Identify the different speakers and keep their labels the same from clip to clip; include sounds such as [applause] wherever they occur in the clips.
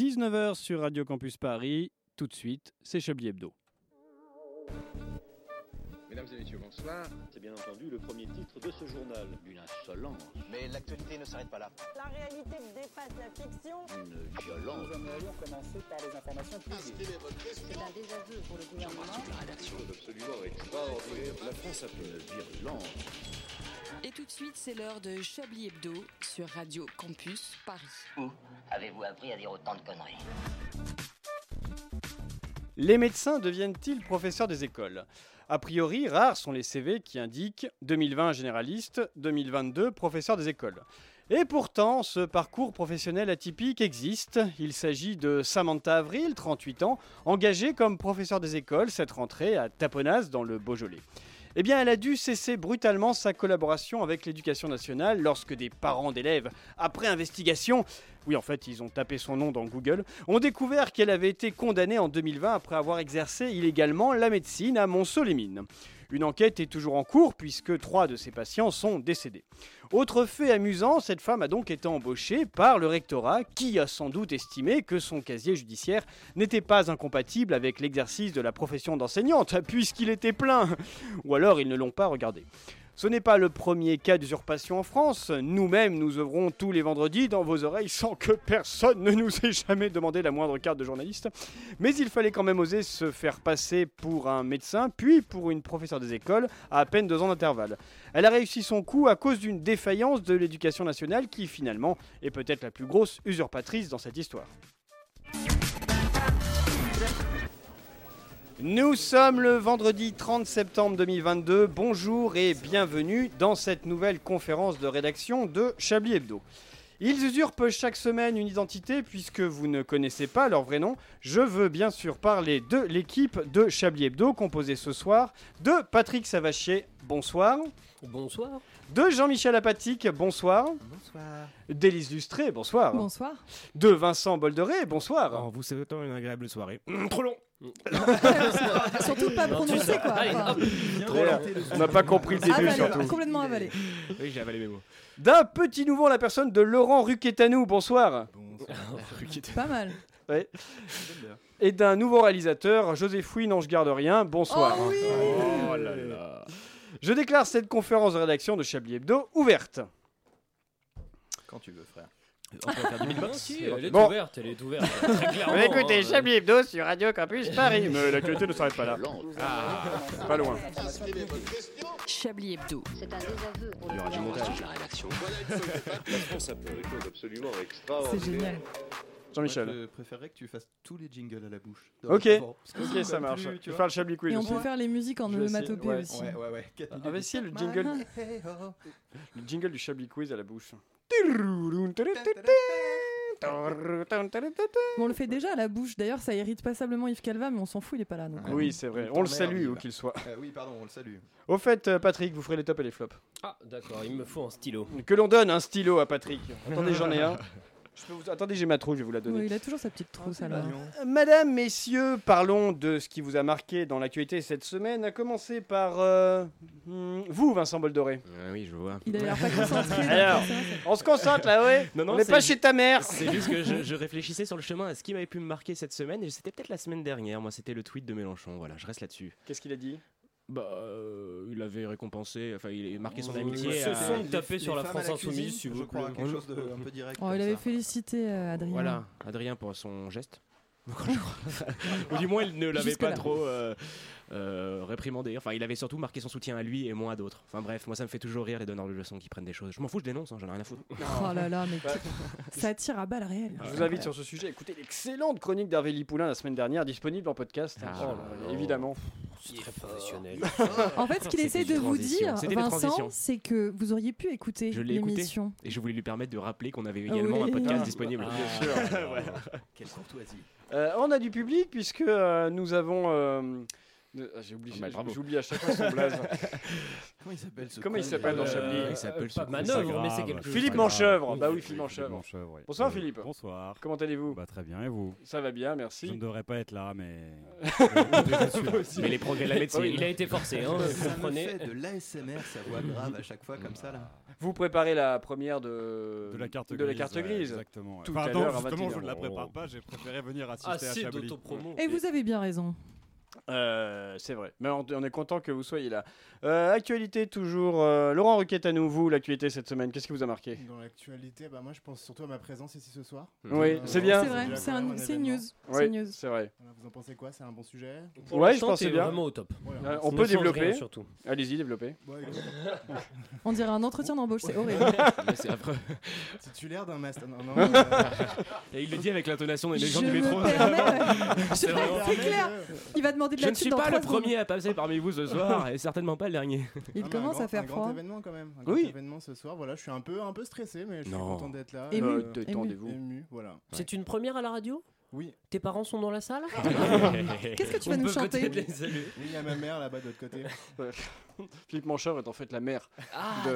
Speaker 1: 19h sur Radio Campus Paris. Tout de suite, c'est Chablis Hebdo.
Speaker 2: Mesdames et messieurs, bonsoir.
Speaker 3: C'est bien entendu le premier titre de ce journal.
Speaker 4: Une insolence.
Speaker 5: Mais l'actualité ne s'arrête pas là.
Speaker 6: La réalité dépasse la fiction.
Speaker 4: Une violence.
Speaker 7: Nous aimerions commencer par les informations publiques.
Speaker 8: C'est un désaveu pour le gouvernement.
Speaker 4: J'embrasse la rédaction.
Speaker 9: Absolument extraordinaire. La France a
Speaker 4: une virulence.
Speaker 10: Et tout de suite, c'est l'heure de Chablis Hebdo sur Radio Campus Paris.
Speaker 11: Où avez-vous appris à dire autant de conneries
Speaker 1: Les médecins deviennent-ils professeurs des écoles A priori, rares sont les CV qui indiquent 2020 généraliste, 2022 professeur des écoles. Et pourtant, ce parcours professionnel atypique existe. Il s'agit de Samantha Avril, 38 ans, engagée comme professeur des écoles cette rentrée à Taponas dans le Beaujolais. Eh bien, elle a dû cesser brutalement sa collaboration avec l'éducation nationale lorsque des parents d'élèves, après investigation, oui en fait ils ont tapé son nom dans Google, ont découvert qu'elle avait été condamnée en 2020 après avoir exercé illégalement la médecine à Monceau-les-Mines. Une enquête est toujours en cours puisque trois de ses patients sont décédés. Autre fait amusant, cette femme a donc été embauchée par le rectorat qui a sans doute estimé que son casier judiciaire n'était pas incompatible avec l'exercice de la profession d'enseignante [laughs] puisqu'il était plein. Ou alors ils ne l'ont pas regardé. Ce n'est pas le premier cas d'usurpation en France. Nous-mêmes, nous œuvrons tous les vendredis dans vos oreilles sans que personne ne nous ait jamais demandé la moindre carte de journaliste. Mais il fallait quand même oser se faire passer pour un médecin, puis pour une professeure des écoles, à à peine deux ans d'intervalle. Elle a réussi son coup à cause d'une défaillance de l'éducation nationale qui, finalement, est peut-être la plus grosse usurpatrice dans cette histoire. Nous sommes le vendredi 30 septembre 2022. Bonjour et bienvenue dans cette nouvelle conférence de rédaction de Chablis Hebdo. Ils usurpent chaque semaine une identité puisque vous ne connaissez pas leur vrai nom. Je veux bien sûr parler de l'équipe de Chablis Hebdo composée ce soir de Patrick Savachier. Bonsoir.
Speaker 12: Bonsoir.
Speaker 1: De Jean-Michel Apatique, bonsoir.
Speaker 13: Bonsoir.
Speaker 1: D'Élise Lustré, bonsoir.
Speaker 14: Bonsoir.
Speaker 1: De Vincent Bolderet, bonsoir.
Speaker 15: En vous souhaitant une agréable soirée.
Speaker 1: Mmh, trop long.
Speaker 14: Ah, surtout pas prononcer quoi.
Speaker 1: Allez,
Speaker 14: Enfin,
Speaker 1: hop. Trop long. On n'a pas compris le début
Speaker 14: avalé,
Speaker 1: surtout.
Speaker 14: Complètement avalé.
Speaker 15: Oui, j'ai avalé mes mots.
Speaker 1: D'un petit nouveau, la personne de Laurent Ruquetanou, bonsoir.
Speaker 14: Pas mal.
Speaker 1: Ouais. Et d'un nouveau réalisateur, Joseph Fouine, Ange garde rien, bonsoir.
Speaker 14: Oh oui
Speaker 13: hein.
Speaker 15: Oh là là.
Speaker 1: Je déclare cette conférence de rédaction de Chablis Hebdo ouverte.
Speaker 13: Quand tu veux, frère.
Speaker 12: On peut
Speaker 16: Ah,
Speaker 12: faire 2000 bucks.
Speaker 13: Si,
Speaker 12: elle est
Speaker 1: Bon.
Speaker 12: ouverte, elle est ouverte.
Speaker 1: [laughs]
Speaker 12: Très clairement.
Speaker 16: euh,
Speaker 1: écoutez,
Speaker 12: hein.
Speaker 1: Chablis Hebdo sur Radio Campus Paris. Mais l'actualité ne s'arrête pas là. pas loin.
Speaker 10: Chablis Hebdo.
Speaker 8: C'est un désaveu pour le
Speaker 15: Il y aura du
Speaker 8: gouvernement.
Speaker 15: montage.
Speaker 4: La rédaction.
Speaker 9: La France a fait des choses absolument
Speaker 14: C'est
Speaker 9: extraordinaires.
Speaker 14: génial.
Speaker 1: Jean-Michel.
Speaker 13: Je préférerais que tu fasses tous les jingles à la bouche.
Speaker 1: Ok, [laughs]
Speaker 13: Parce que
Speaker 1: ok,
Speaker 13: c'est
Speaker 1: ça
Speaker 13: comme
Speaker 1: marche.
Speaker 13: plus,
Speaker 1: Tu
Speaker 13: tu
Speaker 1: vas
Speaker 13: vois.
Speaker 1: faire le Chablis
Speaker 14: Et
Speaker 1: Quiz
Speaker 14: on
Speaker 1: aussi.
Speaker 14: peut faire les musiques en
Speaker 1: Je sais,
Speaker 14: onomatopée
Speaker 1: ouais,
Speaker 14: aussi.
Speaker 13: Ouais, ouais, ouais. Quatre
Speaker 1: Ah,
Speaker 13: minutes.
Speaker 1: bah si, le jingle,
Speaker 13: Hey, oh.
Speaker 1: le jingle du Chablis Quiz à la bouche.
Speaker 14: Bon, on le fait déjà à la bouche. D'ailleurs, ça irrite passablement Yves Calva, mais on s'en fout, il est pas là. donc.
Speaker 1: Oui, c'est vrai. On le salue où qu'il soit.
Speaker 13: Euh, oui, pardon, on le salue.
Speaker 1: Au fait, euh, Patrick, vous ferez les tops et les flops.
Speaker 12: Ah, d'accord, il me faut un stylo.
Speaker 1: Que l'on donne un stylo à Patrick. Attendez, j'en ai un. Je peux vous- Attendez, j'ai ma trousse, je vais vous la donner.
Speaker 14: Oui, il a toujours sa petite trousse
Speaker 13: Ah,
Speaker 14: alors.
Speaker 1: Euh, Madame, messieurs, parlons de ce qui vous a marqué dans l'actualité cette semaine, à commencer par euh, hmm, vous, Vincent Boldoré.
Speaker 15: Ah oui, je vois.
Speaker 14: Il a l'air pas concentré. donc
Speaker 1: Alors.
Speaker 14: c'est ça.
Speaker 1: On se concentre là, ouais
Speaker 15: Non, non,
Speaker 1: On n'est
Speaker 15: c'est
Speaker 1: pas
Speaker 15: ju-
Speaker 1: chez ta mère
Speaker 15: C'est juste que je, je réfléchissais sur le chemin à ce qui m'avait pu me marquer cette semaine et c'était peut-être la semaine dernière. Moi, c'était le tweet de Mélenchon. Voilà, je reste là-dessus.
Speaker 1: Qu'est-ce qu'il a dit
Speaker 15: Bah, euh, il avait récompensé, enfin, il a marqué son
Speaker 12: Oui,
Speaker 15: amitié.
Speaker 12: ce
Speaker 15: à-
Speaker 12: sont-
Speaker 13: euh, Les-
Speaker 12: Tapez sur
Speaker 13: les
Speaker 12: la
Speaker 13: femmes
Speaker 12: France
Speaker 13: à
Speaker 12: Insoumise,
Speaker 13: cuisine,
Speaker 12: s'il
Speaker 13: je
Speaker 12: vous
Speaker 13: crois,
Speaker 12: plaît.
Speaker 13: Quelque chose de un peu direct.
Speaker 14: Oh,
Speaker 13: comme
Speaker 14: il avait
Speaker 13: ça.
Speaker 14: félicité euh, Adrien.
Speaker 15: Voilà, Adrien pour son geste. Ou du moins, il ne l'avait
Speaker 14: Jusque-là.
Speaker 15: pas trop euh, euh, réprimandé. Enfin, il avait surtout marqué son soutien à lui et moins à d'autres. Enfin, bref, moi, ça me fait toujours rire les donneurs de leçons qui prennent des choses. Je m'en fous, je dénonce, hein, j'en ai rien à foutre.
Speaker 14: Oh là là, mais ça tire à balles réelles.
Speaker 1: Je vous invite sur ce sujet à écouter l'excellente chronique d'Hervé Lipoulin la semaine dernière, disponible en podcast.
Speaker 15: Ah,
Speaker 1: Oh là là,
Speaker 15: oh.
Speaker 1: évidemment.
Speaker 12: C'est très professionnel.
Speaker 14: En fait, ce qu'il
Speaker 15: C'est
Speaker 14: essaie
Speaker 15: des
Speaker 14: de vous
Speaker 15: transitions.
Speaker 14: dire,
Speaker 15: C'était des
Speaker 14: Vincent,
Speaker 15: transitions.
Speaker 14: c'est que vous auriez pu écouter
Speaker 15: Je l'ai écouté.
Speaker 14: l'émission.
Speaker 15: Et je voulais lui permettre de rappeler qu'on avait également
Speaker 14: Oui.
Speaker 15: un podcast
Speaker 16: Ah.
Speaker 15: disponible.
Speaker 13: Quelle courtoisie.
Speaker 1: Euh, on a du public puisque euh, nous avons euh, De- ah, J'ai oublié,
Speaker 15: Ah, bah, bravo.
Speaker 1: j'oublie à chaque fois son [laughs] blaze.
Speaker 13: Comment il s'appelle ce
Speaker 1: Comment il
Speaker 13: con
Speaker 1: s'appelle
Speaker 13: Euh,
Speaker 1: dans
Speaker 13: [laughs]
Speaker 1: Chablis
Speaker 13: il s'appelle ce
Speaker 1: Pas
Speaker 13: con,
Speaker 1: Manœuvre,
Speaker 13: c'est grave.
Speaker 1: mais c'est quelque chose.
Speaker 13: Philippe
Speaker 1: Philippe
Speaker 13: Manchevre.
Speaker 1: Manchevre. Bah oui,
Speaker 13: Oui,
Speaker 1: Philippe
Speaker 13: Philippe
Speaker 1: Manchevre.
Speaker 13: Manchevre, oui.
Speaker 1: Bonsoir
Speaker 13: Euh,
Speaker 1: Philippe.
Speaker 17: Bonsoir.
Speaker 1: Comment allez-vous
Speaker 17: Bah, Très bien, et vous
Speaker 1: Ça va bien,
Speaker 17: Je ne
Speaker 1: merci.
Speaker 17: devrais pas être là, mais.
Speaker 15: [laughs] Mais les progrès de la médecine. Il a été forcé, hein,
Speaker 13: Ça
Speaker 15: vous
Speaker 13: me
Speaker 15: comprenez.
Speaker 13: fait de l'ASMR, sa voix grave à chaque fois comme ça là.
Speaker 1: Vous préparez la première de,
Speaker 17: De la carte
Speaker 1: de la
Speaker 17: grise,
Speaker 1: carte
Speaker 17: ouais,
Speaker 1: grise.
Speaker 17: exactement, ouais.
Speaker 1: Tout à
Speaker 17: Pardon,
Speaker 1: l'heure à
Speaker 17: justement,
Speaker 1: 21.
Speaker 17: je ne la prépare pas, j'ai préféré venir
Speaker 16: Ah,
Speaker 17: assister
Speaker 1: Assez
Speaker 17: à Chablis.
Speaker 1: d'autopromo.
Speaker 14: Et vous avez bien raison.
Speaker 1: Euh, c'est vrai. Mais on, on est content que vous soyez là. Euh, actualité toujours. euh, Laurent Ruquette à nous, vous, l'actualité cette semaine. Qu'est-ce qui vous a marqué
Speaker 18: Dans l'actualité, bah moi je pense surtout à ma présence ici ce soir.
Speaker 1: Oui,
Speaker 18: Euh,
Speaker 1: c'est bien.
Speaker 14: C'est vrai,
Speaker 18: déjà
Speaker 14: c'est
Speaker 18: quand
Speaker 14: un-
Speaker 18: même
Speaker 14: c'est
Speaker 18: événement.
Speaker 14: news,
Speaker 1: Oui, c'est news. c'est vrai.
Speaker 18: Voilà, vous en pensez quoi C'est un bon sujet
Speaker 12: Pour
Speaker 1: ouais, je
Speaker 12: l'instant,
Speaker 1: pensais
Speaker 12: t'es
Speaker 1: bien.
Speaker 12: vraiment au top.
Speaker 1: Euh,
Speaker 12: Ça
Speaker 1: on
Speaker 12: ne
Speaker 1: peut
Speaker 12: change rien,
Speaker 1: développer.
Speaker 12: surtout.
Speaker 1: Allez-y, développez.
Speaker 18: Ouais,
Speaker 14: On dirait un entretien d'embauche, c'est horrible.
Speaker 18: Titulaire d'un master. Non, non,
Speaker 13: euh,
Speaker 15: Et il le dit avec l'intonation des
Speaker 18: Je
Speaker 15: gens du
Speaker 18: me
Speaker 15: métro. [laughs]
Speaker 18: permets-
Speaker 15: C'est
Speaker 14: Je-
Speaker 15: vraiment-
Speaker 14: C'est clair. Il va demander de
Speaker 15: Je
Speaker 14: la
Speaker 15: ne
Speaker 14: thune
Speaker 15: suis
Speaker 14: dans
Speaker 15: pas le
Speaker 14: trois secondes.
Speaker 15: premier à passer parmi vous ce soir et certainement pas le [laughs] dernier.
Speaker 14: Il
Speaker 18: mais un
Speaker 14: commence
Speaker 18: grand-
Speaker 14: à faire
Speaker 18: un
Speaker 14: froid.
Speaker 18: grand événement quand même. Un grand
Speaker 15: Oui.
Speaker 18: événement ce soir. Voilà, je suis un peu, un peu stressé, mais je suis
Speaker 15: Non.
Speaker 18: content d'être là.
Speaker 15: Ému.
Speaker 18: Euh,
Speaker 15: Bah, détendez-vous.
Speaker 18: Ému, voilà.
Speaker 16: C'est une première à la radio
Speaker 18: Oui.
Speaker 16: Tes parents sont dans la salle
Speaker 14: Qu'est-ce que tu vas
Speaker 16: On
Speaker 14: nous
Speaker 16: peut
Speaker 14: chanter
Speaker 16: peut-être les saluer.
Speaker 18: Oui, il y a ma mère là-bas de l'autre côté.
Speaker 1: Philippe Manchevre est en fait la mère.
Speaker 16: Ah,
Speaker 1: de...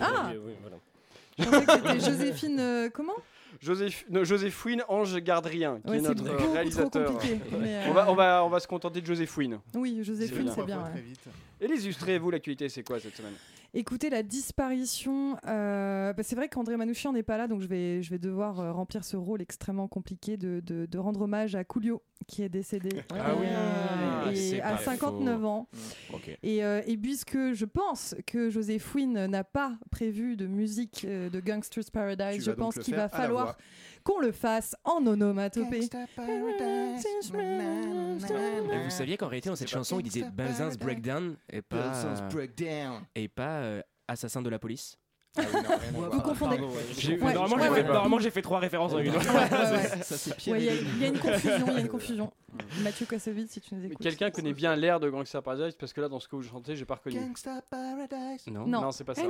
Speaker 14: Ah Je pensais que c'était Joséphine. euh, comment
Speaker 1: Joseph... non, Joséphine Ange Gardrien, qui
Speaker 14: Ouais,
Speaker 1: est
Speaker 14: c'est
Speaker 1: notre
Speaker 14: beaucoup trop
Speaker 1: euh, réalisateur.
Speaker 14: compliqué, mais,
Speaker 1: on,
Speaker 14: euh,
Speaker 1: va, on, va, on va se contenter de Joséphine.
Speaker 14: Oui, Joséphine, c'est bien. ouais.
Speaker 1: Et les illustrés, vous, l'actualité, c'est quoi cette semaine
Speaker 14: Écoutez, la disparition. euh, bah, c'est vrai qu'André Manouchian n'est pas là, donc je vais, je vais devoir euh, remplir ce rôle extrêmement compliqué de, de- de rendre hommage à Coulio, qui est décédé Euh,
Speaker 15: Ah oui. Ah, c'est
Speaker 14: et
Speaker 15: pas
Speaker 14: à 59
Speaker 15: faux. Mmh.
Speaker 14: ans. Et, euh, et puisque je pense que José Fouine n'a pas prévu de musique euh, de Gangster's Paradise,
Speaker 19: Tu
Speaker 14: je
Speaker 19: vas donc
Speaker 14: pense
Speaker 19: le
Speaker 14: qu'il
Speaker 19: faire
Speaker 14: va
Speaker 19: à la voix.
Speaker 14: falloir qu'on le fasse en onomatopée.
Speaker 15: Mais vous
Speaker 18: Ah
Speaker 15: saviez qu'en réalité, dans cette chanson, il disait Benzin's Breakdown et pas.
Speaker 13: Benzin's
Speaker 18: Ah
Speaker 13: Breakdown.
Speaker 15: Et pas euh, Assassin de la police.
Speaker 14: Vous confondez.
Speaker 15: J'ai-
Speaker 14: Ouais,
Speaker 15: normalement,
Speaker 14: ouais,
Speaker 15: j'ai
Speaker 14: ouais.
Speaker 15: fait, normalement, j'ai fait trois références en une. [laughs]
Speaker 14: Ouais, Il y, a- il y a une confusion, il y a
Speaker 19: [laughs]
Speaker 14: une confusion. Mathieu Kassovitz, si tu nous écoutes.
Speaker 1: Quelqu'un connaît bien l'air de Gangsta Paradise parce que là, dans ce que vous chantez, j'ai pas reconnu.
Speaker 14: Gangsta Paradise.
Speaker 1: Non,
Speaker 14: Non.
Speaker 1: c'est pas ça.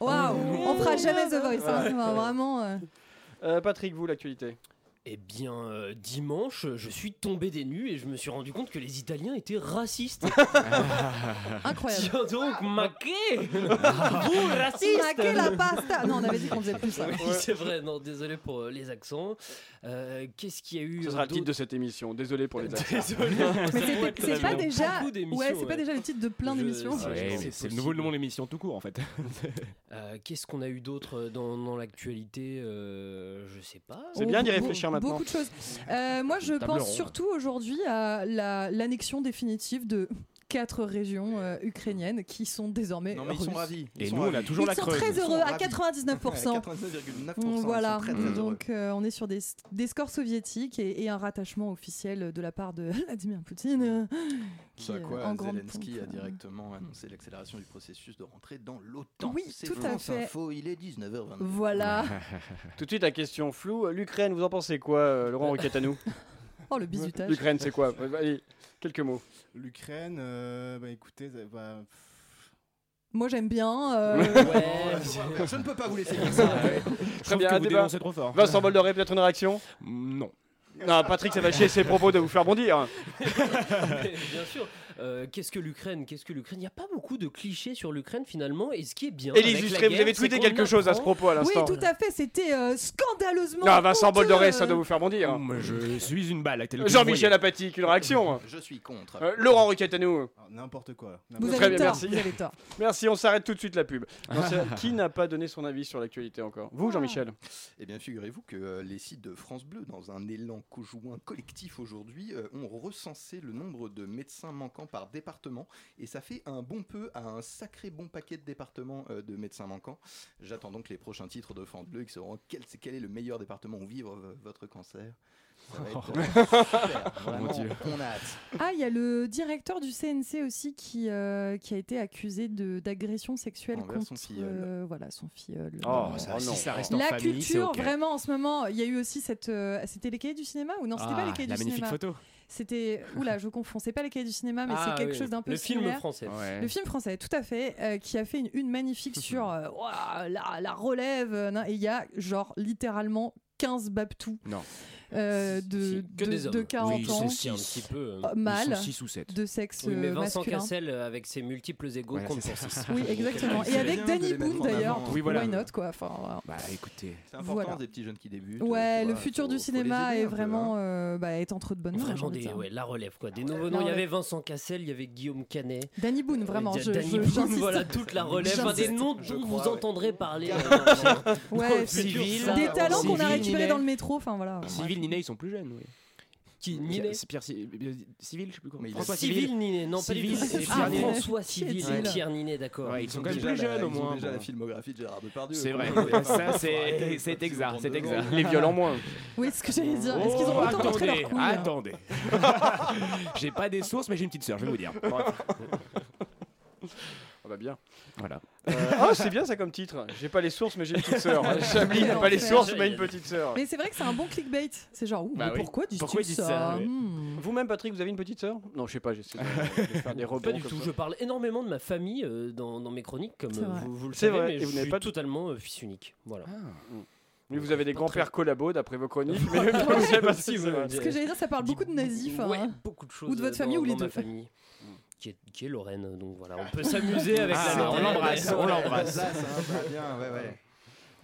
Speaker 14: Waouh, on fera jamais The Voice. hein.
Speaker 1: Ouais.
Speaker 14: Enfin, Vraiment. euh,
Speaker 1: Euh, Patrick, vous, l'actualité
Speaker 16: Eh bien, euh, dimanche, je suis tombé des nues et je me suis rendu compte que les Italiens étaient racistes.
Speaker 14: Incroyable.
Speaker 16: [laughs] Tiens donc,
Speaker 1: Ah,
Speaker 16: maqué Vous, raciste
Speaker 14: Maqué la pasta. Non, on avait dit qu'on faisait plus ça.
Speaker 16: [laughs] Oui, c'est vrai, non, désolé pour euh, les accents. Euh, Qu'est-ce qu'il y a eu
Speaker 1: Ce sera le
Speaker 16: d'autre
Speaker 1: titre de cette émission. Désolé pour [laughs] les
Speaker 16: [laughs]
Speaker 1: accents.
Speaker 14: Mais c'était- c'est pas déjà.
Speaker 16: beaucoup d'émissions,
Speaker 14: Ouais, c'est pas
Speaker 16: ouais.
Speaker 14: déjà le titre de plein
Speaker 16: Je-
Speaker 14: d'émissions.
Speaker 16: Ouais, mais c'est
Speaker 15: c'est le
Speaker 16: possible.
Speaker 15: nouveau nom de l'émission tout court en fait.
Speaker 16: Euh, Qu'est-ce qu'on a eu d'autre euh, dans, dans l'actualité euh, Je sais pas.
Speaker 14: Oh, be- be- Beaucoup de choses. Euh, moi, je
Speaker 16: Table
Speaker 14: pense
Speaker 16: ronde.
Speaker 14: surtout aujourd'hui à la- l'annexion définitive de quatre régions euh, ukrainiennes qui sont désormais
Speaker 13: Non mais ils
Speaker 14: russes.
Speaker 13: sont ravis.
Speaker 15: Et nous, on a toujours
Speaker 14: Ils
Speaker 15: la
Speaker 14: sont
Speaker 15: creuse.
Speaker 14: très
Speaker 15: Ils sont
Speaker 14: heureux à
Speaker 13: ravis.
Speaker 14: 99%.
Speaker 13: Ouais, 99,9%, ils sont
Speaker 14: Voilà,
Speaker 13: très, très heureux.
Speaker 14: donc euh, on est sur des, des scores soviétiques et, et un rattachement officiel de la part de [laughs] Vladimir Poutine. euh, qui,
Speaker 13: Ce à
Speaker 14: euh,
Speaker 13: quoi
Speaker 14: en grande
Speaker 13: Zelensky
Speaker 14: pompe,
Speaker 13: a
Speaker 14: euh,
Speaker 13: directement annoncé l'accélération du processus de rentrée dans l'OTAN.
Speaker 14: Oui,
Speaker 13: C'est
Speaker 14: tout à
Speaker 13: France
Speaker 14: fait.
Speaker 13: Info, il est 19h22.
Speaker 14: Voilà.
Speaker 1: Tout de suite, la question floue. Euh, L'Ukraine, vous en pensez quoi, euh, Laurent Roquette à nous
Speaker 14: Oh, le bisutage.
Speaker 1: L'Ukraine, c'est quoi Allez, quelques mots.
Speaker 18: L'Ukraine, euh, bah écoutez, ça- bah,
Speaker 14: Moi j'aime bien. euh,
Speaker 13: Je ne peux pas vous laisser dire ça.
Speaker 1: Très
Speaker 15: trouve
Speaker 1: bien,
Speaker 15: que
Speaker 1: un
Speaker 15: vous
Speaker 1: débat.
Speaker 15: dénoncez trop fort.
Speaker 1: Vincent Boldoré, peut-être une réaction
Speaker 15: Mm, Non.
Speaker 1: Non, Patrick, ça va chier ses propos de vous faire bondir.
Speaker 16: [laughs] Bien sûr. Euh, Qu'est-ce que l'Ukraine Qu'est-ce que l'Ukraine Il n'y a pas beaucoup de clichés sur l'Ukraine finalement. Et ce qui est bien.
Speaker 1: Et
Speaker 16: avec la
Speaker 1: l'illustré, vous
Speaker 16: guerre,
Speaker 1: avez tweeté
Speaker 16: c'est qu'on
Speaker 1: quelque chose à ce
Speaker 16: apprend-
Speaker 1: propos à
Speaker 14: oui,
Speaker 1: l'instant.
Speaker 14: tout à fait, c'était euh, scandaleusement.
Speaker 1: Non, Ah, Vincent
Speaker 14: honteux,
Speaker 1: Boldoré, ça
Speaker 14: euh,
Speaker 1: doit vous faire bondir.
Speaker 15: Moi, Mm, je suis une balle.
Speaker 1: Jean-Michel Apathique, une réaction
Speaker 13: Je suis contre.
Speaker 1: Euh, Laurent Roquette à nous.
Speaker 18: alors, n'importe quoi.
Speaker 14: Vous
Speaker 1: Très
Speaker 14: avez
Speaker 1: bien,
Speaker 14: tort,
Speaker 1: merci.
Speaker 14: vous avez tort.
Speaker 1: Merci, on s'arrête tout de suite la pub. Non, c'est- qui n'a pas donné son avis sur l'actualité encore
Speaker 18: Ah.
Speaker 1: Vous, Jean-Michel
Speaker 13: Eh bien, figurez-vous que euh, les sites de France Bleu, dans un élan conjoint collectif aujourd'hui, euh, ont recensé le nombre de médecins manquants par département. Et ça fait un bon peu à un sacré bon paquet de départements euh, de médecins manquants. J'attends donc les prochains titres de France Bleu qui seront quel, c'est- quel est le meilleur département où vivre euh, votre cancer. Ça va être,
Speaker 15: [laughs]
Speaker 13: euh, super,
Speaker 15: Oh mon
Speaker 13: vraiment,
Speaker 15: Dieu.
Speaker 13: on a hâte.
Speaker 14: Ah, il y a le directeur du CNC aussi qui, euh, qui a été accusé de- d'agression sexuelle
Speaker 13: Envers
Speaker 14: contre
Speaker 13: son filleul.
Speaker 14: euh, voilà, son filleul.
Speaker 15: Oh, ça, si ça reste en
Speaker 14: La
Speaker 15: famille, c'est
Speaker 14: culture,
Speaker 15: ok.
Speaker 14: vraiment, en ce moment, il y a eu aussi cette. euh, c'était les cahiers du cinéma ou non C'était pas
Speaker 15: Ah,
Speaker 14: les cahiers
Speaker 15: la
Speaker 14: du
Speaker 15: magnifique
Speaker 14: cinéma.
Speaker 15: photo.
Speaker 14: C'était. Oula, je confonds. C'est pas les cahiers du cinéma, mais
Speaker 16: Ah
Speaker 14: c'est quelque
Speaker 16: oui,
Speaker 14: chose d'un peu
Speaker 16: le film
Speaker 14: similaire.
Speaker 16: français. Ouais.
Speaker 14: Le film français, tout à fait, euh, qui a fait une, une
Speaker 16: [laughs]
Speaker 14: magnifique sur euh, Ouah, la, la relève. euh, nan, et il y a, genre, littéralement 15 Babtou.
Speaker 15: Non.
Speaker 14: euh, de,
Speaker 16: que
Speaker 14: de-
Speaker 16: des hommes.
Speaker 14: de 40
Speaker 16: Oui, ils
Speaker 14: ans,
Speaker 16: sont six, un petit peu, euh,
Speaker 14: euh,
Speaker 16: ils
Speaker 14: mâles,
Speaker 16: sont six ou sept.
Speaker 14: de sexe
Speaker 16: Oui, mais
Speaker 14: euh,
Speaker 16: Vincent
Speaker 14: masculin.
Speaker 16: Cassel euh, avec ses multiples égaux
Speaker 14: Voilà,
Speaker 16: compte
Speaker 14: c'est
Speaker 16: pour
Speaker 14: ça.
Speaker 16: 6.
Speaker 14: Oui, exactement. Et avec Danny Boone d'ailleurs,
Speaker 16: Oui, voilà.
Speaker 14: why not quoi. Enfin, voilà.
Speaker 15: Bah écoutez,
Speaker 13: c'est important
Speaker 14: Voilà.
Speaker 13: des petits jeunes qui débutent. euh,
Speaker 14: Ouais,
Speaker 13: tu
Speaker 14: le
Speaker 13: vois,
Speaker 14: futur
Speaker 13: faut-
Speaker 14: du
Speaker 13: faut les
Speaker 14: cinéma
Speaker 13: aider
Speaker 14: est
Speaker 13: un peu, hein.
Speaker 16: hein.
Speaker 14: vraiment euh, bah, est entre de bonnes mains. j'ai
Speaker 16: Vraiment
Speaker 14: envie de
Speaker 16: des,
Speaker 14: dire.
Speaker 16: ouais, la relève quoi. Des nouveaux
Speaker 14: La
Speaker 16: noms. Il y
Speaker 14: relève.
Speaker 16: avait Vincent Cassel, il y avait Guillaume Canet.
Speaker 14: Danny Boone, vraiment.
Speaker 16: Il y
Speaker 14: Je,
Speaker 16: a Euh, Danny
Speaker 14: je-
Speaker 16: Boone,
Speaker 14: j'insiste.
Speaker 16: voilà toute la relève. Enfin, des
Speaker 14: J'insiste.
Speaker 16: noms dont vous entendrez parler.
Speaker 14: [laughs]
Speaker 16: euh, Oh,
Speaker 14: Ouais, c'est- des talents qu'on a récupérés dans le métro. Enfin voilà.
Speaker 15: Civil, Ninet, ils sont plus jeunes, oui.
Speaker 16: Qui
Speaker 14: Ninet
Speaker 15: C'est Pierre Ci- euh, Civil, je sais plus comment.
Speaker 16: il
Speaker 15: François
Speaker 16: est- Civil Ninet, non, pas du
Speaker 15: Civil
Speaker 16: tout.
Speaker 15: et
Speaker 16: Ah,
Speaker 15: Pierre Ninet.
Speaker 16: François Civil et Pierre Ninet, d'accord.
Speaker 15: Ouais, ils sont quand même
Speaker 13: Déjà,
Speaker 15: plus
Speaker 13: la-
Speaker 15: jeunes au
Speaker 13: ils ont
Speaker 15: moins.
Speaker 13: déjà la
Speaker 15: bon.
Speaker 13: filmographie de Gérard Depardieu.
Speaker 15: C'est vrai. [laughs]
Speaker 13: Enfin,
Speaker 15: Ça,
Speaker 13: faut
Speaker 15: c'est
Speaker 13: arrêter,
Speaker 15: c'est
Speaker 13: faut
Speaker 15: exact,
Speaker 13: arrêter
Speaker 15: c'est
Speaker 13: de
Speaker 15: exact.
Speaker 13: vendre.
Speaker 15: Les violents moins.
Speaker 14: Oui, c'est ce que j'allais dire. Est-ce qu'ils
Speaker 15: Oh,
Speaker 14: ont autant montré
Speaker 15: attendez,
Speaker 14: leurs couilles hein
Speaker 15: attendez.
Speaker 14: [laughs]
Speaker 15: j'ai pas des sources, mais j'ai une petite sœur, je vais vous dire.
Speaker 1: On va bien.
Speaker 15: Voilà.
Speaker 1: Euh, oh, c'est bien ça comme titre. J'ai pas les sources, mais j'ai une petite sœur. Chablis
Speaker 14: Quel
Speaker 1: n'a pas les
Speaker 14: enfer.
Speaker 1: sources, mais une petite sœur.
Speaker 14: Mais c'est vrai que c'est un bon clickbait. C'est genre, ouh,
Speaker 1: Bah
Speaker 14: mais
Speaker 1: oui.
Speaker 14: pourquoi dis-tu
Speaker 1: Pourquoi dis-tu
Speaker 14: ça,
Speaker 1: ça, oui.
Speaker 14: Hmm.
Speaker 1: Vous-même, Patrick, vous avez une petite sœur Non, je sais pas, j'essaie de, de faire des rebonds.
Speaker 16: Pas du
Speaker 1: comme
Speaker 16: tout,
Speaker 1: ça.
Speaker 16: je parle énormément de ma famille euh, dans, dans mes chroniques, comme
Speaker 1: C'est
Speaker 16: euh,
Speaker 1: vrai.
Speaker 16: vous, vous le
Speaker 1: C'est
Speaker 16: savez,
Speaker 1: vrai,
Speaker 16: mais
Speaker 1: et
Speaker 16: je
Speaker 1: vous n'avez
Speaker 16: suis
Speaker 1: pas de-
Speaker 16: tout totalement euh, fils unique.
Speaker 1: [laughs]
Speaker 16: Voilà.
Speaker 1: Mais vous avez des grands-pères collabos d'après vos chroniques, mais
Speaker 16: Ouais,
Speaker 1: vous savez pas
Speaker 16: si
Speaker 1: si
Speaker 16: vous
Speaker 1: c'est
Speaker 16: voulez
Speaker 1: vrai.
Speaker 16: dire.
Speaker 14: Ce que j'allais dire, ça parle beaucoup de nazif.
Speaker 16: Ouais,
Speaker 14: hein.
Speaker 16: beaucoup de choses.
Speaker 14: Ou de votre
Speaker 16: euh,
Speaker 14: famille
Speaker 16: dans-
Speaker 14: ou les
Speaker 16: dans ma
Speaker 14: deux.
Speaker 16: famille, qui, est, qui est Lorraine, donc voilà, on peut s'amuser avec
Speaker 1: Ah,
Speaker 16: la
Speaker 1: on l'embrasse, on l'embrasse.
Speaker 13: Ça, ça
Speaker 18: Bah,
Speaker 13: va bien, ouais, ouais.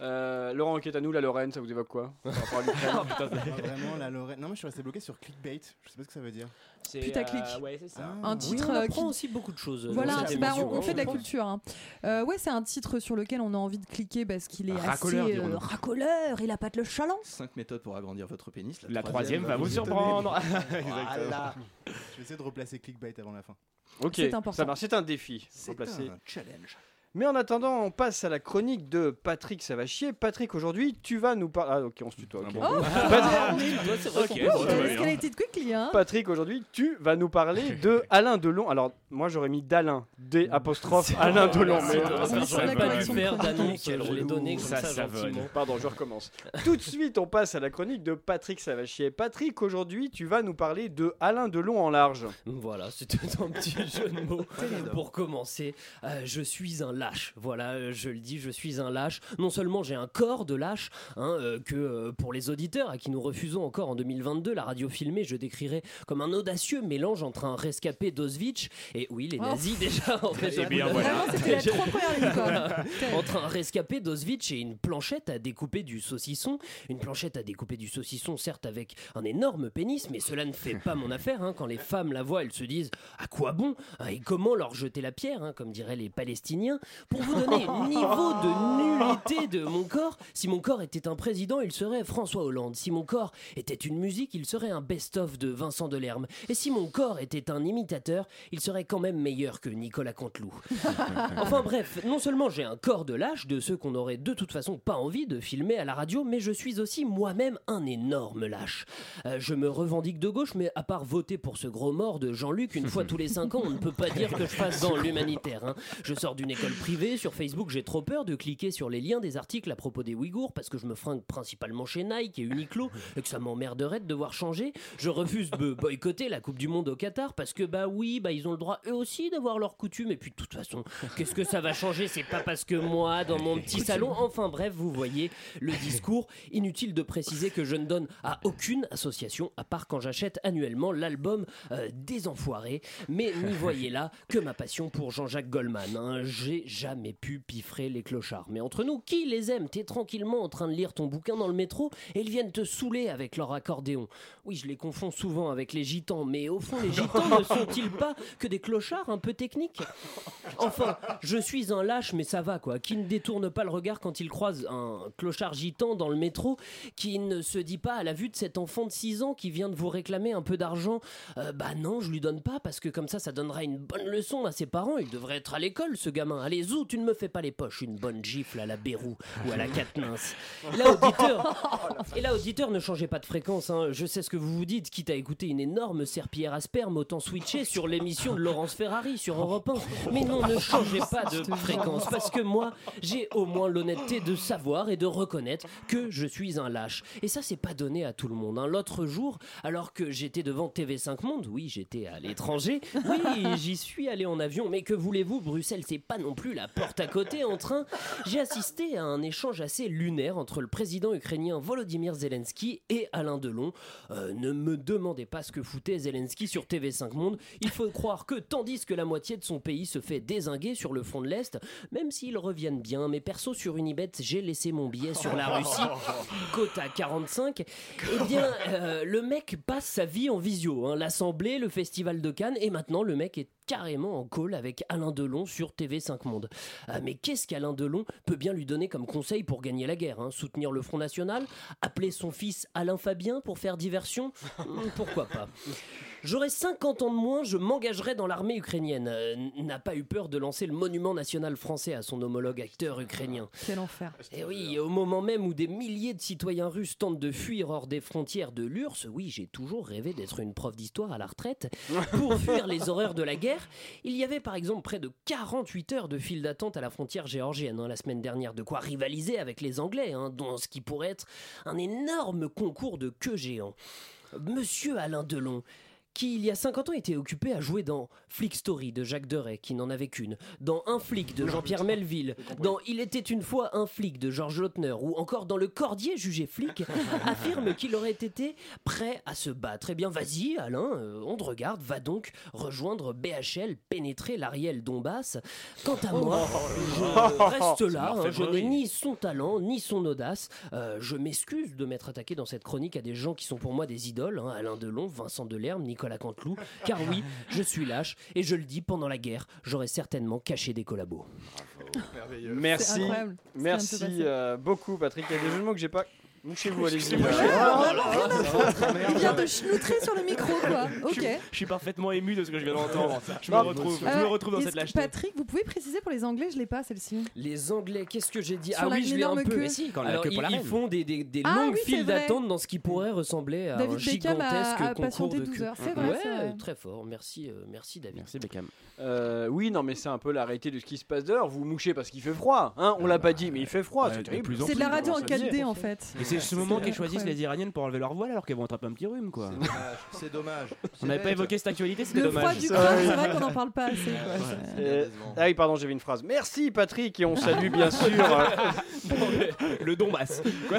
Speaker 1: Euh, Laurent, qui est à nous, la Lorraine, ça vous évoque quoi Par rapport à l'Ukraine
Speaker 18: Ah, vraiment, la Lorraine. Non, mais je suis resté bloqué sur clickbait. Je sais pas ce que ça veut dire.
Speaker 15: C'est,
Speaker 14: Putaclic. euh,
Speaker 15: ouais, c'est ça.
Speaker 14: Un titre
Speaker 16: on
Speaker 14: euh,
Speaker 16: apprend
Speaker 14: qui-
Speaker 16: aussi beaucoup de choses. euh, dans
Speaker 14: Voilà,
Speaker 16: cette
Speaker 14: bah,
Speaker 16: émission,
Speaker 14: on, on
Speaker 16: hein,
Speaker 14: fait de la
Speaker 16: je pense.
Speaker 14: culture. hein. Euh, ouais, c'est un titre sur lequel on a envie de cliquer parce qu'il est
Speaker 13: Racoleur,
Speaker 14: assez euh,
Speaker 13: dirons-nous.
Speaker 14: racoleur. Il a pas de le chaland.
Speaker 13: 5 méthodes pour agrandir votre pénis.
Speaker 15: La troisième
Speaker 13: [laughs]
Speaker 15: va vous
Speaker 13: étonner.
Speaker 15: surprendre.
Speaker 13: Voilà.
Speaker 18: Je vais essayer de replacer clickbait avant la fin.
Speaker 1: Ok,
Speaker 18: C'est important.
Speaker 1: ça marche, c'est un défi. C'est
Speaker 18: un
Speaker 13: challenge.
Speaker 1: Mais en attendant, on passe à la chronique de Patrick Savachier. Patrick, aujourd'hui, tu vas nous parler. Ah, ok, on se tutoie. ok.
Speaker 14: Oh,
Speaker 1: Pat-
Speaker 14: Ouais, c'est vrai
Speaker 1: Ok,
Speaker 14: qu'on
Speaker 1: bon,
Speaker 14: peut.
Speaker 1: tout va bien.
Speaker 14: Escalated quickly, hein.
Speaker 1: [laughs] Patrick, aujourd'hui, tu vas nous
Speaker 16: [laughs]
Speaker 1: parler de Alain Delon. Alors, moi, j'aurais mis d'Alain, D apostrophe Alain Delon.
Speaker 16: C'est vrai,
Speaker 1: mais-
Speaker 16: c'est vrai, j'aurais pas dû faire d'annonce, je l'ai donné comme ça, gentiment.
Speaker 1: Pardon, je recommence. Tout de suite, on passe à la chronique de Patrick Savachier. Patrick, aujourd'hui, tu vas nous parler de Alain Delon en large.
Speaker 16: Voilà, c'était [laughs] un petit jeu de mots pour commencer. euh, je suis un lâche, voilà, euh, je le dis, je suis un lâche. Non seulement j'ai un corps de lâche, hein, euh, que euh, pour les auditeurs à qui nous refusons encore en 2022 la radio filmée, je décrirais comme un audacieux mélange entre un rescapé d'Auschwitz et oui, les
Speaker 15: Oh.
Speaker 16: nazis déjà. En fait,
Speaker 15: [laughs]
Speaker 16: Ah.
Speaker 15: Eh
Speaker 16: [laughs]
Speaker 15: bien,
Speaker 16: j'avoue.
Speaker 15: voilà. Vraiment, c'était la
Speaker 16: Déjà-
Speaker 15: trop première ligne,
Speaker 16: [laughs]
Speaker 15: quoi.
Speaker 16: Voilà. Entre un rescapé d'Auschwitz et une planchette à découper du saucisson, une planchette à découper du saucisson, certes avec un énorme pénis, mais cela ne fait pas mon affaire. hein. Quand les femmes la voient, elles se disent à quoi bon hein, et comment leur jeter la pierre, hein, comme diraient les Palestiniens. Pour vous donner le niveau de nullité de mon corps, si mon corps était un président, il serait François Hollande. Si mon corps était une musique, il serait un best-of de Vincent Delerme. Et si mon corps était un imitateur, il serait quand même meilleur que Nicolas Canteloup. [laughs] Enfin bref, non seulement j'ai un corps de lâche, de ceux qu'on aurait de toute façon pas envie de filmer à la radio, mais je suis aussi moi-même un énorme lâche. Euh, je me revendique de gauche, mais à part voter pour ce gros mort de Jean-Luc une fois tous les 5 ans, on ne peut pas dire que je passe dans l'humanitaire. hein. Je sors d'une école privée, sur Facebook j'ai trop peur de cliquer sur les liens des articles à propos des Ouïghours parce que je me fringue principalement chez Nike et Uniqlo et que ça m'emmerderait de devoir changer. Je refuse de boycotter la Coupe du Monde au Qatar parce que bah oui, bah ils ont le droit eux aussi d'avoir leurs coutumes et puis de toute façon, qu'est-ce que ça va changer C'est pas parce que moi, dans mon petit salon, enfin bref, vous voyez le discours. Inutile de préciser que je ne donne à aucune association à part quand j'achète annuellement l'album euh, des enfoirés. Mais n'y voyez là que ma passion pour Jean-Jacques Goldman. hein. J'ai jamais pu piffrer les clochards. Mais entre nous, qui les aime T'es tranquillement en train de lire ton bouquin dans le métro et ils viennent te saouler avec leur accordéon. Oui, je les confonds souvent avec les gitans, mais au fond, les gitans ne sont-ils pas que des clochards un peu techniques Enfin, je suis un lâche, mais ça va quoi. Qui ne détourne pas le regard quand il croise un clochard gitan dans le métro, qui ne se dit pas à la vue de cet enfant de 6 ans qui vient de vous réclamer un peu d'argent, euh, bah non, je lui donne pas parce que comme ça, ça donnera une bonne leçon à ses parents. Il devrait être à l'école, ce gamin. Allez, zou, tu ne me fais pas les poches. Une bonne gifle à la Bérou ou à la Quatennens. Et là, auditeur, et là, auditeur, ne changez pas de fréquence. hein. Je sais ce que vous vous dites, quitte à écouter une énorme serpillière à sperme, autant switcher sur l'émission de Laurent Laurence Ferrari sur Europe 1. Mais non, ne changez pas de fréquence parce que moi, j'ai au moins l'honnêteté de savoir et de reconnaître que je suis un lâche. Et ça, c'est pas donné à tout le monde. hein. L'autre jour, alors que j'étais devant TV5 Monde, oui, j'étais à l'étranger, oui, j'y suis allé en avion, mais que voulez-vous, Bruxelles, c'est pas non plus la porte à côté en train. J'ai assisté à un échange assez lunaire entre le président ukrainien Volodymyr Zelensky et Alain Delon. Euh, ne me demandez pas ce que foutait Zelensky sur TV5 Monde. Il faut croire que tandis que la moitié de son pays se fait désinguer sur le front de l'Est, même s'ils reviennent bien, mais perso sur Unibet, j'ai laissé mon billet sur la Russie, cote à 45, eh bien, euh, le mec passe sa vie en visio. hein. L'Assemblée, le Festival de Cannes, et maintenant le mec est carrément en call avec Alain Delon sur TV5 Monde. Ah, mais qu'est-ce qu'Alain Delon peut bien lui donner comme conseil pour gagner la guerre hein Soutenir le Front National Appeler son fils Alain Fabien pour faire diversion Hum, Pourquoi pas J'aurais 50 ans de moins, je m'engagerai dans l'armée ukrainienne. Euh, n'a pas eu peur de lancer le monument national français à son homologue acteur ukrainien.
Speaker 14: Quel enfer.
Speaker 16: Et Eh oui, et au moment même où des milliers de citoyens russes tentent de fuir hors des frontières de l'URSS, oui, j'ai toujours rêvé d'être une prof d'histoire à la retraite, pour fuir les horreurs de la guerre, il y avait par exemple près de 48 heures de file d'attente à la frontière géorgienne hein, la semaine dernière, de quoi rivaliser avec les Anglais, hein, dans ce qui pourrait être un énorme concours de queue géant. Monsieur Alain Delon, qui il y a 50 ans était occupé à jouer dans Flick Story de Jacques Deray, qui n'en avait qu'une, dans Un flic de Jean-Pierre Melville, dans Il était une fois un flic de Georges Lautner, ou encore dans Le Cordier jugé flic, affirme qu'il aurait été prêt à se battre. Eh bien, vas-y, Alain, euh, on te regarde, va donc rejoindre BHL, pénétrer l'Ariel Dombas. Quant à moi, je reste là,
Speaker 19: Ça m'a
Speaker 16: hein,
Speaker 19: fait
Speaker 16: je n'ai
Speaker 19: rire.
Speaker 16: ni son talent, ni son audace. Euh, je m'excuse de m'être attaqué dans cette chronique à des gens qui sont pour moi des idoles, hein, Alain Delon, Vincent Delerme, Nicolas Canteloup, car oui, je suis lâche, et je le dis, pendant la guerre, j'aurais certainement caché des collabos. C'est
Speaker 1: Merci.
Speaker 16: incroyable. C'est un peu
Speaker 1: Merci
Speaker 16: passé.
Speaker 1: euh, beaucoup, Patrick. Il y a des jeux de mots que j'ai pas. Chez
Speaker 16: [laughs]
Speaker 1: vous, allez-y.
Speaker 15: Excusez-moi, je-
Speaker 14: Il vient de chenoutrer sur le micro, quoi.
Speaker 15: Je suis-
Speaker 14: Ok.
Speaker 15: Je suis parfaitement ému de ce que je viens d'entendre. Je me
Speaker 1: Non,
Speaker 15: retrouve, je
Speaker 14: Euh,
Speaker 15: me retrouve dans
Speaker 14: est-ce
Speaker 15: cette
Speaker 14: que-
Speaker 15: lâcheté.
Speaker 14: Patrick, vous pouvez préciser pour les Anglais, je l'ai pas celle-ci.
Speaker 16: Les Anglais, qu'est-ce que j'ai dit
Speaker 14: Sur
Speaker 16: Ah
Speaker 14: la-
Speaker 16: oui, je l'ai un
Speaker 14: l'énorme queue.
Speaker 16: peu.
Speaker 14: Mais si, quand la
Speaker 16: Alors,
Speaker 14: queue
Speaker 16: ils,
Speaker 14: pour la
Speaker 16: ils
Speaker 14: reine.
Speaker 16: font des, des- des
Speaker 14: Ah
Speaker 16: longues
Speaker 14: oui, c'est
Speaker 16: files
Speaker 14: vrai.
Speaker 16: d'attente dans ce qui pourrait ressembler à
Speaker 14: David
Speaker 16: un
Speaker 14: Beckham a-
Speaker 16: Ah, gigantesque
Speaker 14: a
Speaker 16: concours
Speaker 14: patienté
Speaker 16: de
Speaker 14: 12
Speaker 16: queue.
Speaker 14: heures, c'est vrai,
Speaker 16: Ouais,
Speaker 14: c'est vrai.
Speaker 16: très fort. Merci, euh, merci David.
Speaker 15: Merci Beckham.
Speaker 1: Euh, oui, non, mais c'est un peu la réalité de ce qui se passe dehors. Vous mouchez parce qu'il fait froid. Hein On
Speaker 16: Ah bah,
Speaker 1: l'a pas dit, mais il fait froid. c'est terrible.
Speaker 14: C'est de la radio en 4D en fait.
Speaker 15: Et c'est ce moment qu'elles choisissent
Speaker 14: Ah, incroyable.
Speaker 15: les Iraniennes pour enlever leur voile alors qu'elles vont attraper un petit rhume quoi.
Speaker 13: C'est dommage.
Speaker 15: On n'avait pas
Speaker 13: bête.
Speaker 15: évoqué cette actualité, c'était
Speaker 14: Le
Speaker 15: dommage.
Speaker 14: froid du crâne, c'est vrai qu'on
Speaker 16: [laughs]
Speaker 14: n'en parle pas assez. quoi.
Speaker 1: Et- Ah oui, pardon, j'avais une phrase. Merci Patrick, et
Speaker 16: [laughs]
Speaker 1: on salue bien
Speaker 15: [laughs]
Speaker 1: sûr. euh,
Speaker 15: Le Donbass. Quoi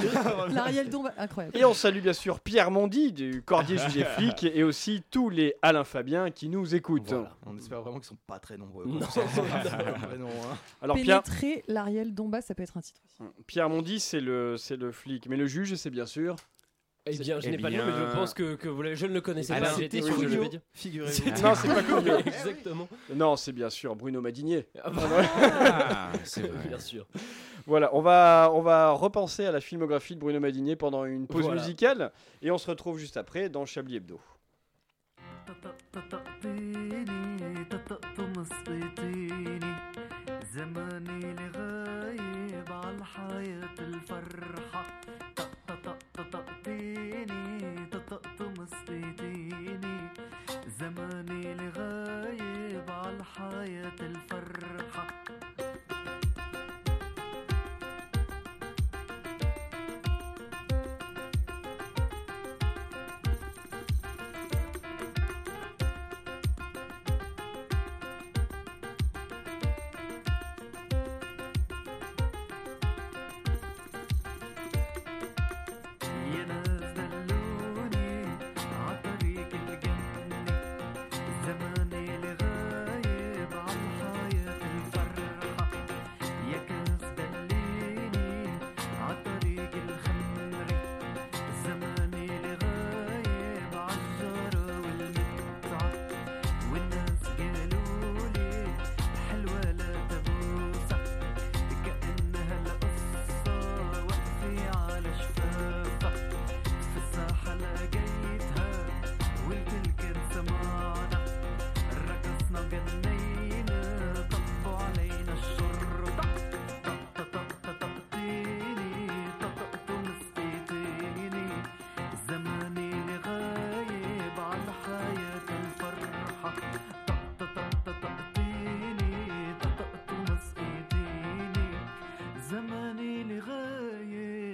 Speaker 14: L'Ariel Domba, incroyable.
Speaker 1: Et on salue bien sûr Pierre Mondi du Cordier [laughs] Jugé Flic et aussi tous les Alain Fabien qui nous écoutent.
Speaker 13: On espère vraiment qu'ils sont pas très nombreux.
Speaker 1: Non.
Speaker 13: C'est- c'est- c'est- non, hein.
Speaker 1: Alors Pierre,
Speaker 14: Pénétrer l'Ariel Domba, ça peut être un titre.
Speaker 1: Pierre Mondi c'est le, c'est le flic, mais le juge c'est bien [laughs] sûr.
Speaker 16: Eh bien, je n'ai pas le nom, mais je pense que, que vous l'avez- je ne le connaissais
Speaker 1: Alain,
Speaker 16: pas. J'ai été
Speaker 1: c'était
Speaker 16: sur
Speaker 1: Couillot,
Speaker 16: Wikipédia.
Speaker 1: figurez-vous.
Speaker 16: C'était
Speaker 1: Non, c'est pas [laughs]
Speaker 16: Couillot,
Speaker 1: Couillot.
Speaker 16: Exactement.
Speaker 1: Non, c'est bien sûr Bruno Madinier.
Speaker 16: Ah, c'est vrai. Bien sûr.
Speaker 1: Voilà, on va, on va repenser à la filmographie de Bruno Madinier pendant une pause
Speaker 16: Voilà.
Speaker 1: musicale et on se retrouve juste après dans Chablis Hebdo.
Speaker 20: بيني تطقطم صبيتيني زماني الغايب عالحياة الفرحة طقطقطقطقتيني تطقطم صبيتيني زماني الغايب عالحياة الفرحة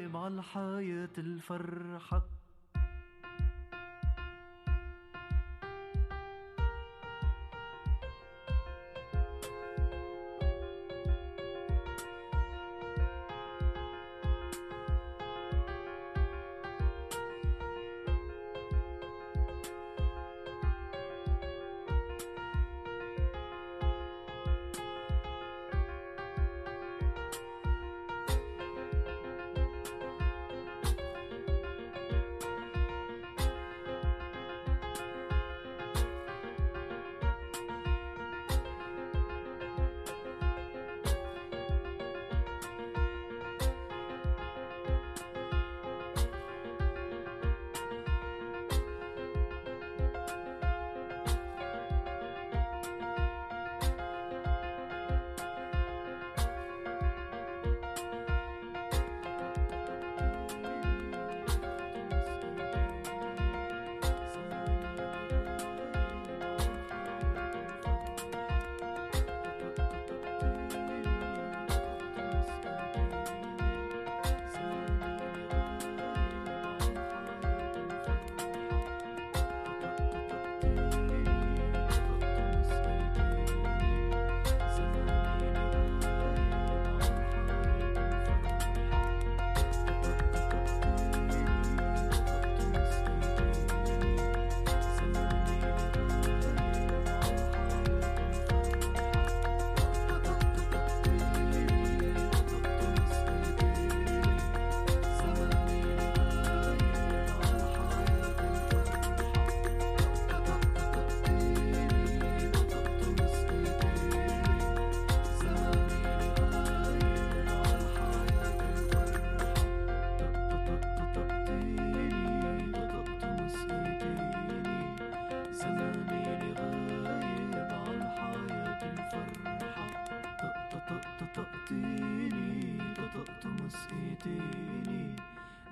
Speaker 17: بالحياة الفرحة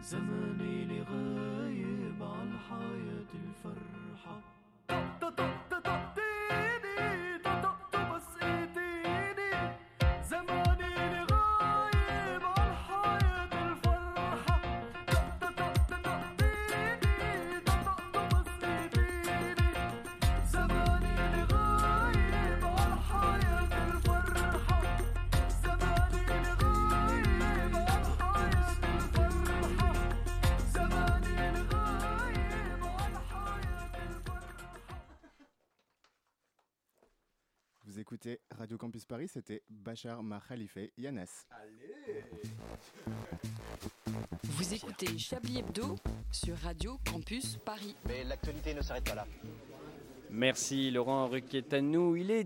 Speaker 17: زماني اللي غايب على الحياة الفرحة طقطقتيني طقطقت بس ايديني زماني اللي غايب على الحياة الفرحة طقطقتيني طقطقت بس ايديني زماني اللي غايب على الحياة الفرحة زماني اللي غايب على الحياة الفرحة زماني اللي غايب على الحياة الفرحة
Speaker 21: Vous écoutez Radio Campus Paris, c'était Bachar Mahalife Yanas.
Speaker 20: Vous écoutez Chablis Hebdo sur Radio Campus Paris.
Speaker 22: Mais l'actualité ne s'arrête pas là.
Speaker 1: Merci Laurent Ruquetano. Il est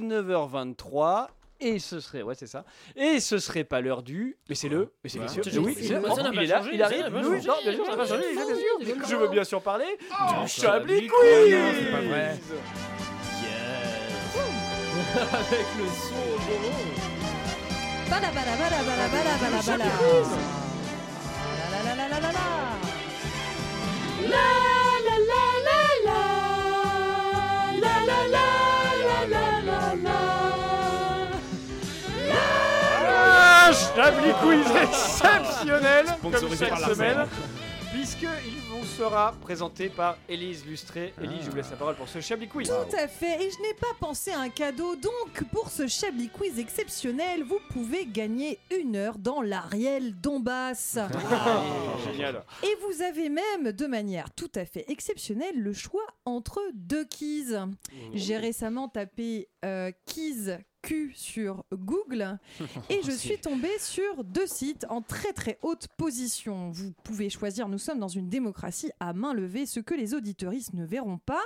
Speaker 1: 19h23 et ce serait ouais c'est ça et ce serait pas l'heure du mais c'est le mais c'est bien sûr
Speaker 15: Toujours,
Speaker 1: oui
Speaker 15: c'est
Speaker 1: c'est-
Speaker 15: toujours. Ça n'a
Speaker 1: il
Speaker 15: pas
Speaker 1: est là
Speaker 15: changé,
Speaker 1: Ah, il arrive
Speaker 15: ça n'a
Speaker 1: oui non
Speaker 15: pas
Speaker 1: bien
Speaker 15: changé.
Speaker 1: sûr ça n'a pas changé
Speaker 15: Mais
Speaker 1: bien
Speaker 15: oui,
Speaker 1: sûr
Speaker 15: mais
Speaker 1: je
Speaker 15: comment
Speaker 1: veux bien sûr parler
Speaker 15: Non,
Speaker 1: du Chablis
Speaker 15: Chablis
Speaker 1: Quiz Oh,
Speaker 15: Quiz. Non, c'est pas vrai.
Speaker 16: Avec le son
Speaker 14: Bala bala bala bala bala bala bala. La la la la la la. La la la la la. La la la la la la la.
Speaker 1: Ah, Chablis Quiz [laughs] exceptionnel comme
Speaker 15: Sponsorisé
Speaker 1: chaque
Speaker 15: par Larsen.
Speaker 1: semaine puisque il vous sera présenté par Élise Lustré Élise je vous laisse la parole pour ce Chablis Quiz
Speaker 14: Tout à fait, et je n'ai pas pensé à un cadeau, donc pour ce Chablis Quiz exceptionnel, vous pouvez gagner une heure dans l'Ariel Dombas.
Speaker 1: Oh, génial
Speaker 14: Et vous avez même, de manière tout à fait exceptionnelle, le choix entre deux keys. J'ai récemment tapé euh, keys Q sur Google et je suis tombée sur deux sites en très très haute position. Vous pouvez choisir, nous sommes dans une démocratie à main levée, ce que les auditoristes ne verront pas.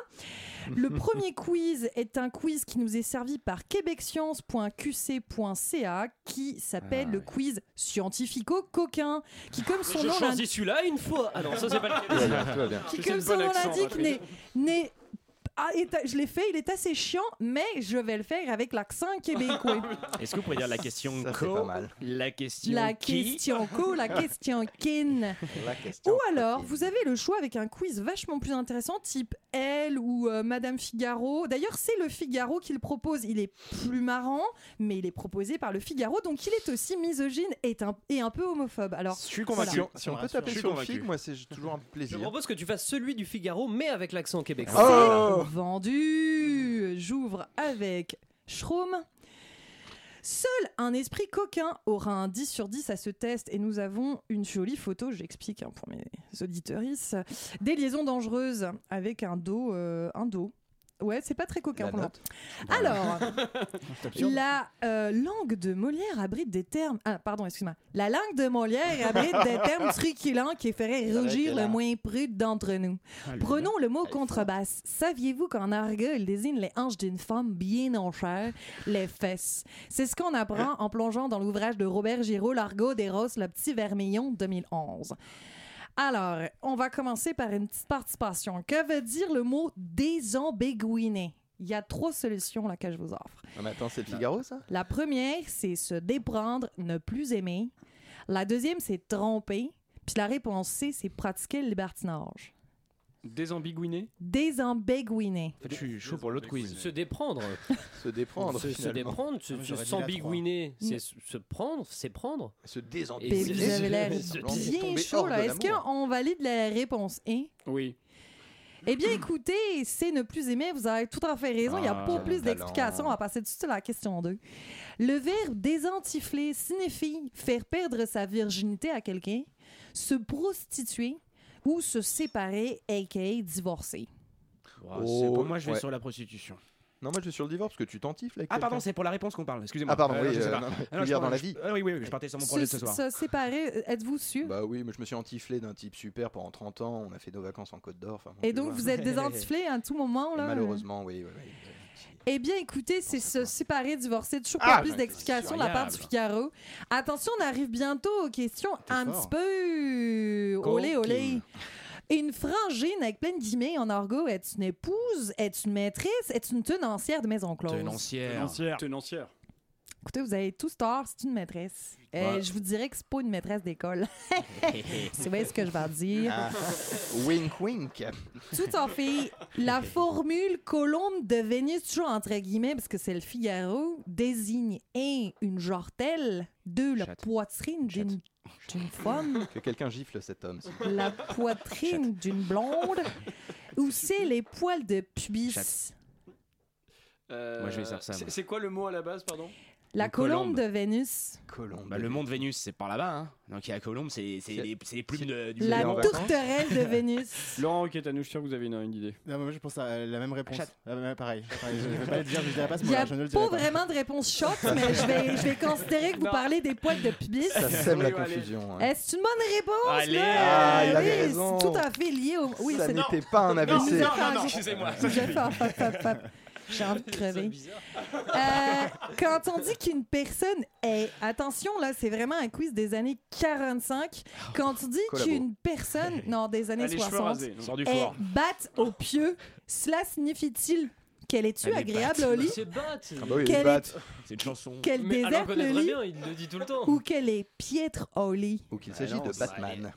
Speaker 14: Le premier quiz est un quiz qui nous est servi par québecscience.qc.ca qui s'appelle le quiz scientifico-coquin qui comme son
Speaker 16: J'ai
Speaker 14: nom
Speaker 16: choisi
Speaker 14: l'indique-
Speaker 16: celui-là une fois. Ah non, ça c'est pas le
Speaker 14: qui, comme son nom l'indique, n'est- n'est ah, et t'as- je l'ai fait, il est assez chiant, mais je vais le faire avec l'accent québécois.
Speaker 15: Est-ce que vous pouvez dire la question
Speaker 13: Ça, c'est
Speaker 15: co
Speaker 13: pas mal.
Speaker 15: La question
Speaker 14: La
Speaker 15: qui
Speaker 14: question co, la question kin. Ou alors, vous avez le choix avec un quiz vachement plus intéressant, type Elle ou euh, Madame Figaro. D'ailleurs, c'est le Figaro qu'il propose. Il est plus marrant, mais il est proposé par le Figaro, donc il est aussi misogyne et un, et un peu homophobe. Alors,
Speaker 13: Je suis
Speaker 14: voilà.
Speaker 13: convaincu. Si on- si on peut taper
Speaker 16: Je suis
Speaker 13: sur le
Speaker 16: convaincu.
Speaker 13: flic, moi c'est toujours un
Speaker 16: Je
Speaker 13: plaisir.
Speaker 16: propose que tu fasses celui du Figaro, mais avec l'accent québécois.
Speaker 14: Ah, C'est vendu J'ouvre avec Schraum. Seul un esprit coquin aura un 10 sur 10 à ce test et nous avons une jolie photo, j'explique hein, pour mes auditeurices, des liaisons dangereuses avec un dos. euh, un dos. Ouais, c'est pas très coquin
Speaker 13: La
Speaker 14: pour le
Speaker 13: note.
Speaker 14: moment. Alors,
Speaker 13: [laughs]
Speaker 14: la euh, langue de Molière abrite des termes. Ah, pardon, excuse-moi. La langue de Molière abrite des
Speaker 13: [laughs]
Speaker 14: termes truculents qui feraient rugir le moins prude d'entre nous. Prenons le mot contrebasse. Saviez-vous qu'en argot, il désigne les hanches d'une femme bien en chair, les fesses C'est ce qu'on apprend en plongeant dans l'ouvrage de Robert Giraud, L'argot des roses, le petit vermillon, 2011. Alors, on va commencer par une petite participation. Que veut dire le mot désambiguiner Il y a trois solutions là que je vous offre.
Speaker 13: Ah, mais attends, c'est le Figaro ça
Speaker 14: La première, c'est se déprendre, ne plus aimer. La deuxième, c'est tromper. Puis la réponse C, c'est pratiquer le libertinage.
Speaker 1: Désambiguiné
Speaker 14: Désambiguiner.
Speaker 15: En fait, je suis chaud pour l'autre quiz.
Speaker 16: Se déprendre.
Speaker 13: se déprendre.
Speaker 16: se, se
Speaker 13: finalement.
Speaker 16: déprendre, se, se s'ambiguiner, c'est se se prendre, c'est prendre.
Speaker 13: Se désendetter.
Speaker 16: Et
Speaker 14: Et
Speaker 16: se-
Speaker 14: vous avez l'air
Speaker 16: se-
Speaker 14: bien chaud là. Est-ce qu'on valide la réponse E
Speaker 1: Oui.
Speaker 14: Eh bien, écoutez, c'est ne plus aimer. Vous avez tout à fait raison. Il n'y a
Speaker 10: Ah,
Speaker 14: pas
Speaker 10: quel
Speaker 14: plus
Speaker 10: talent.
Speaker 14: d'explications. On va passer tout de suite à la question 2. Le verbe désentifler signifie faire perdre sa virginité à quelqu'un, se prostituer ou se séparer, a.k.a. divorcer.
Speaker 15: Oh, c'est- pour moi, je vais
Speaker 13: ouais.
Speaker 15: sur la prostitution.
Speaker 13: Non, moi je suis sur le divorce parce que tu t'entifles avec
Speaker 15: Ah,
Speaker 13: quelqu'un.
Speaker 15: pardon, c'est pour la réponse qu'on parle. Excusez-moi.
Speaker 13: Ah, pardon,
Speaker 15: non,
Speaker 13: oui,
Speaker 15: je sais
Speaker 13: euh,
Speaker 15: pas.
Speaker 13: non,
Speaker 15: Ah,
Speaker 13: tu
Speaker 15: non, je
Speaker 13: viens dans
Speaker 15: parle-
Speaker 13: la
Speaker 15: je-
Speaker 13: vie.
Speaker 15: Ah oui, oui, oui, je partais sur mon projet
Speaker 14: Se,
Speaker 15: ce soir.
Speaker 14: se séparer, euh, êtes-vous sûr
Speaker 13: Bah oui, mais je me suis entiflé d'un type super pendant 30 ans. On a fait nos vacances en Côte d'Or. enfin, bon,
Speaker 14: Et
Speaker 13: tu
Speaker 14: donc,
Speaker 13: vois.
Speaker 14: vous êtes désentiflé à tout moment
Speaker 13: Et
Speaker 14: là euh
Speaker 13: Malheureusement, oui. oui, oui.
Speaker 14: Eh bien, écoutez, c'est se séparer, divorcer. Toujours
Speaker 13: Ah,
Speaker 14: pas plus
Speaker 13: ben,
Speaker 14: d'explications
Speaker 13: c'est
Speaker 14: de la part
Speaker 13: incroyable.
Speaker 14: du Figaro. Attention, on arrive bientôt aux questions un
Speaker 10: fort.
Speaker 14: petit peu. Olé, olé.
Speaker 10: Coquine.
Speaker 14: Une frangine avec plein de guillemets en argot est une épouse, est une maîtresse, est une tenancière de maison close.
Speaker 1: Tenancière. Tenancière.
Speaker 14: Écoutez, vous avez tous tort, c'est une maîtresse. Euh,
Speaker 1: Ouais.
Speaker 14: Je vous dirais que c'est pas une maîtresse d'école. [laughs] Vous voyez ce que je vais dire.
Speaker 13: Ah, wink wink.
Speaker 14: Tout en fait. La formule colombe de Vénus, toujours entre guillemets, parce que c'est le Figaro, désigne un, une jartelle, deux, la poitrine d'une d'une femme,
Speaker 13: Que quelqu'un gifle cet homme. s'il vous plaît. [laughs]
Speaker 14: la poitrine d'une blonde, ou c'est les poils de pubis.
Speaker 13: Chatte.
Speaker 1: Moi,
Speaker 15: je vais faire ça,
Speaker 1: Euh, C'est
Speaker 15: moi.
Speaker 1: c'est quoi le mot à la base, pardon
Speaker 14: La
Speaker 15: Une
Speaker 14: colombe
Speaker 15: colombe.
Speaker 14: de Vénus,
Speaker 15: Bah, le monde Vénus, c'est par là-bas. Hein. Donc il y a Colombe, c'est c'est les, c'est les plumes de- du
Speaker 14: la
Speaker 15: Vénus.
Speaker 14: tourterelle de
Speaker 13: [laughs]
Speaker 14: Vénus.
Speaker 1: Laurent Roquette, à nous, je suis sûr que vous avez une, une idée.
Speaker 18: Non, mais moi je pense à la même réponse.
Speaker 1: Chat.
Speaker 18: Ah, bah, pareil. Pareil, [laughs] Je vais pas le dire, je dirais pas ce
Speaker 14: Il n'y
Speaker 18: mot-là,
Speaker 14: a
Speaker 18: je ne le
Speaker 14: pas
Speaker 18: dirai pas.
Speaker 14: vraiment de réponse choc, mais je vais, je vais considérer que vous
Speaker 18: Non.
Speaker 14: parlez des poils de
Speaker 13: [laughs]
Speaker 14: pubis.
Speaker 13: Ça sème la confusion. hein.
Speaker 14: Eh, c'est une bonne réponse.
Speaker 13: Allez.
Speaker 14: là.
Speaker 13: Ah, il
Speaker 14: Oui,
Speaker 13: avait
Speaker 14: c'est
Speaker 13: raison.
Speaker 14: Tout à fait lié au. Oui,
Speaker 13: ça
Speaker 14: c'est-
Speaker 13: n'était pas un AVC.
Speaker 14: c'est pas-
Speaker 13: excusez-moi.
Speaker 14: J'ai fait hop, hop, hop, hop. J'ai envie de crever. Euh, quand on dit qu'une personne est. Attention, là, c'est vraiment un quiz des années 45. Quand on dit
Speaker 10: Collabo.
Speaker 14: qu'une personne. Non, des années
Speaker 10: Elle a les cheveux
Speaker 14: 60.
Speaker 10: rasés, non Sors du
Speaker 14: est
Speaker 10: four.
Speaker 14: batte au pieu, cela signifie-t-il qu'elle est-tu
Speaker 15: Elle est
Speaker 14: agréable
Speaker 15: batte.
Speaker 14: au lit
Speaker 16: C'est batte.
Speaker 15: Ah bah oui,
Speaker 14: Quelle
Speaker 15: les
Speaker 14: est-
Speaker 15: battes. C'est une chanson.
Speaker 14: Qu'elle
Speaker 16: Mais
Speaker 14: déserte
Speaker 16: alors qu'on
Speaker 14: le
Speaker 16: est très
Speaker 14: lit
Speaker 16: bien, il le dit tout le temps.
Speaker 14: ou qu'elle est piètre au lit
Speaker 13: Ou qu'il s'agit de Batman.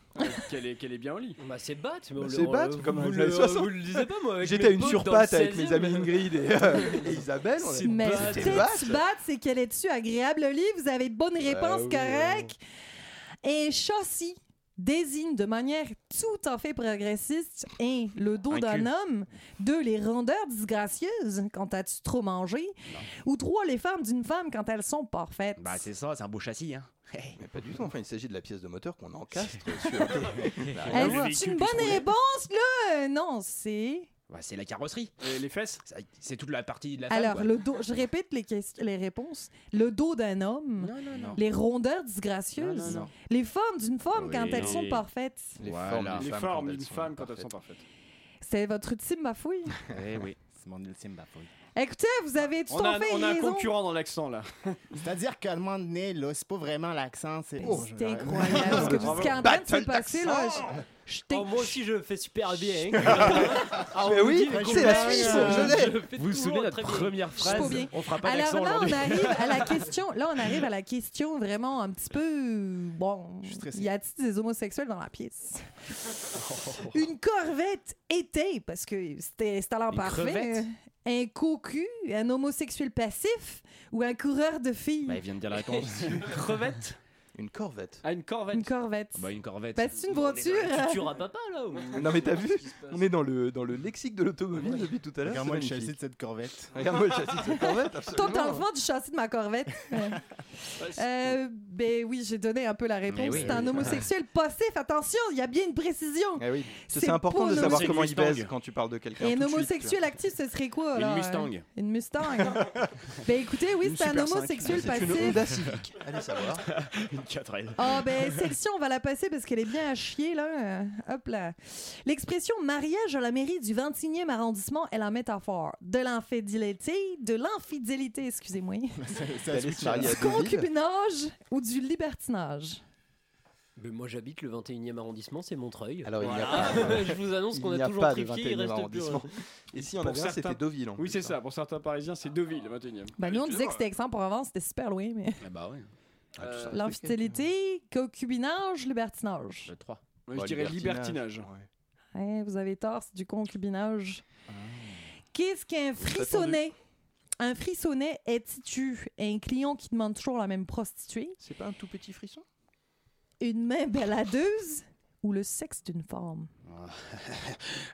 Speaker 1: Qu'elle est, qu'elle est bien au lit.
Speaker 16: Bah, c'est batte. mais
Speaker 13: Bah,
Speaker 16: on
Speaker 13: c'est
Speaker 16: le-
Speaker 13: batte,
Speaker 16: vous
Speaker 13: comme dans
Speaker 16: le-
Speaker 13: les années 60.
Speaker 16: Vous le disiez pas, moi. avec
Speaker 13: J'étais à
Speaker 16: mes
Speaker 13: une
Speaker 16: potes
Speaker 13: surpatte
Speaker 16: dans le
Speaker 13: avec mes
Speaker 16: 16e.
Speaker 13: amis Ingrid et, euh, et Isabelle. on a-
Speaker 14: Mais
Speaker 13: C'était
Speaker 14: Stitch
Speaker 13: vaste. hein? Ben
Speaker 14: Bat, c'est qu'elle est dessus agréable au lit. Vous avez de bonnes réponses,
Speaker 13: oui. hein.
Speaker 14: correctes. Et châssis désigne de manière tout à fait progressiste un, le dos
Speaker 10: Un
Speaker 14: d'un
Speaker 10: cul.
Speaker 14: homme, deux, les rondeurs disgracieuses quand as-tu trop mangé, ou trois, les femmes d'une femme quand elles sont parfaites.
Speaker 15: Bah c'est ça, c'est un beau châssis. Hein.
Speaker 13: Mais pas du tout. Enfin, il s'agit de la pièce de moteur qu'on encastre sur. Bah,
Speaker 14: Eh,
Speaker 13: oui.
Speaker 14: c'est une bonne réponse, là! Non, c'est...
Speaker 15: Bah, c'est la carrosserie.
Speaker 1: les fesses
Speaker 15: C'est toute la partie de la femme.
Speaker 14: Alors,
Speaker 15: quoi.
Speaker 14: le dos, je répète les, ques- les réponses. Le dos d'un homme,
Speaker 15: non.
Speaker 14: les rondeurs disgracieuses,
Speaker 15: Non, non, non.
Speaker 14: les formes d'une femme
Speaker 1: Oui,
Speaker 14: quand elles
Speaker 1: non.
Speaker 14: sont parfaites.
Speaker 13: Les
Speaker 1: Voilà.
Speaker 13: formes d'une
Speaker 1: Les
Speaker 13: femme
Speaker 1: formes
Speaker 13: quand
Speaker 1: d'une
Speaker 13: elles sont
Speaker 1: femme quand elles sont parfaites.
Speaker 14: C'est votre ultime bafouille.
Speaker 15: Eh oui.
Speaker 18: C'est mon ultime bafouille.
Speaker 14: Écoutez, vous avez tout
Speaker 1: On a,
Speaker 14: à fait
Speaker 1: on a un
Speaker 14: raison.
Speaker 1: concurrent dans l'accent là.
Speaker 18: C'est-à-dire qu'à un moment donné, là, c'est pas vraiment l'accent, c'est. [laughs]
Speaker 14: C'était incroyable. Parce que ce qui est en train de se passer, là, je, je t'ai-
Speaker 16: Oh,
Speaker 1: Oh,
Speaker 12: moi aussi, je fais super bien.
Speaker 16: Ah,
Speaker 14: Mais oui, c'est la Suisse, je l'ai.
Speaker 12: Vous vous souvenez de notre
Speaker 16: [laughs]
Speaker 12: première
Speaker 14: je suis pas
Speaker 12: phrase
Speaker 14: bien.
Speaker 12: On fera pas
Speaker 14: Alors
Speaker 12: l'accent
Speaker 14: là, on
Speaker 12: aujourd'hui.
Speaker 14: arrive à
Speaker 1: [laughs]
Speaker 14: la question. Là, on arrive à la question vraiment un petit peu. euh, Bon, y a-t-il des homosexuels dans la pièce Une corvette était, parce que c'était c'était à l'an
Speaker 12: Une
Speaker 14: parfait.
Speaker 12: crevette?
Speaker 14: euh, Un cocu, un homosexuel passif ou un coureur de filles
Speaker 1: Ben,
Speaker 15: Bah, il vient de dire la réponse.
Speaker 1: Une crevette
Speaker 13: Une corvette.
Speaker 1: Ah, une corvette
Speaker 14: Une corvette.
Speaker 15: Bah, une corvette.
Speaker 14: Bah, c'est une voiture. [laughs]
Speaker 12: Tu à papa, là ou-
Speaker 13: Non mais t'as vu On est dans le, dans le lexique de l'automobile depuis tout à l'heure.
Speaker 18: Regarde-moi
Speaker 13: c'est
Speaker 18: le châssis
Speaker 13: magnifique.
Speaker 18: de cette
Speaker 13: [laughs]
Speaker 18: corvette.
Speaker 13: Regarde-moi le châssis de cette corvette,
Speaker 14: Toi, t'es
Speaker 13: absolument.
Speaker 14: l'enfant du châssis de
Speaker 13: [laughs]
Speaker 14: ma corvette. Ouais. Euh, ben oui, j'ai donné un peu la réponse.
Speaker 13: Mais oui.
Speaker 14: c'est un
Speaker 13: [laughs]
Speaker 14: homosexuel passif. Attention, il y a bien une précision.
Speaker 13: Eh oui. C'est
Speaker 14: C'est
Speaker 13: c'est important
Speaker 14: pas
Speaker 13: de
Speaker 14: nos-
Speaker 13: savoir
Speaker 14: C'est une
Speaker 13: comment il
Speaker 14: Mustang.
Speaker 13: baise quand tu parles de quelqu'un.
Speaker 14: Et un
Speaker 13: tout de suite.
Speaker 14: homosexuel actif, ce serait
Speaker 13: Une
Speaker 14: quoi alors, euh,
Speaker 13: Mustang.
Speaker 14: Une Mustang.
Speaker 13: [laughs]
Speaker 14: ben écoutez, oui,
Speaker 13: Une
Speaker 14: c'est un
Speaker 13: Super cinq.
Speaker 14: homosexuel
Speaker 13: C'est
Speaker 14: passif.
Speaker 13: une Honda Civic. Allez savoir.
Speaker 15: Une 4L.
Speaker 14: Oh ben
Speaker 13: [laughs]
Speaker 14: section, on va la passer parce qu'elle est bien à chier là. Euh, Hop là. L'expression mariage à la mairie du 21e arrondissement est la métaphore de l'infidélité, de l'infidélité, excusez-moi.
Speaker 18: Ça
Speaker 13: D'aller se marier à
Speaker 14: Du
Speaker 13: deux villes.
Speaker 14: concubinage ou du libertinage.
Speaker 16: [laughs] Mais moi j'habite le 21e arrondissement, c'est Montreuil.
Speaker 13: Alors, il n'y a
Speaker 16: Voilà. bah,
Speaker 13: pas-
Speaker 16: Je vous annonce qu'on
Speaker 13: il
Speaker 16: a,
Speaker 13: n'y a
Speaker 16: toujours
Speaker 13: pas de
Speaker 16: trifié, il
Speaker 13: 21e
Speaker 16: reste plus.
Speaker 13: arrondissement. Et si, on
Speaker 1: Pour
Speaker 13: avait un,
Speaker 1: certains-
Speaker 13: c'était Deauville, en
Speaker 1: Oui,
Speaker 13: plus,
Speaker 1: c'est
Speaker 13: hein.
Speaker 1: ça. Pour certains parisiens, c'est Deauville, le 21 e
Speaker 14: Bah nous on disait que c'était Aix-en-Provence, c'était super loin mais
Speaker 15: bah ouais.
Speaker 13: Ah,
Speaker 1: Euh,
Speaker 14: l'infidélité, concubinage, libertinage.
Speaker 15: Le 3.
Speaker 1: Moi, je dirais Bah, libertinage.
Speaker 14: Ouais, vous avez tort, c'est du concubinage. Qu'est-ce qu'un frissonnet Un frissonnet est titu, un client qui demande toujours la même prostituée,
Speaker 13: C'est pas un tout petit frisson
Speaker 14: une main baladeuse ou le sexe d'une femme.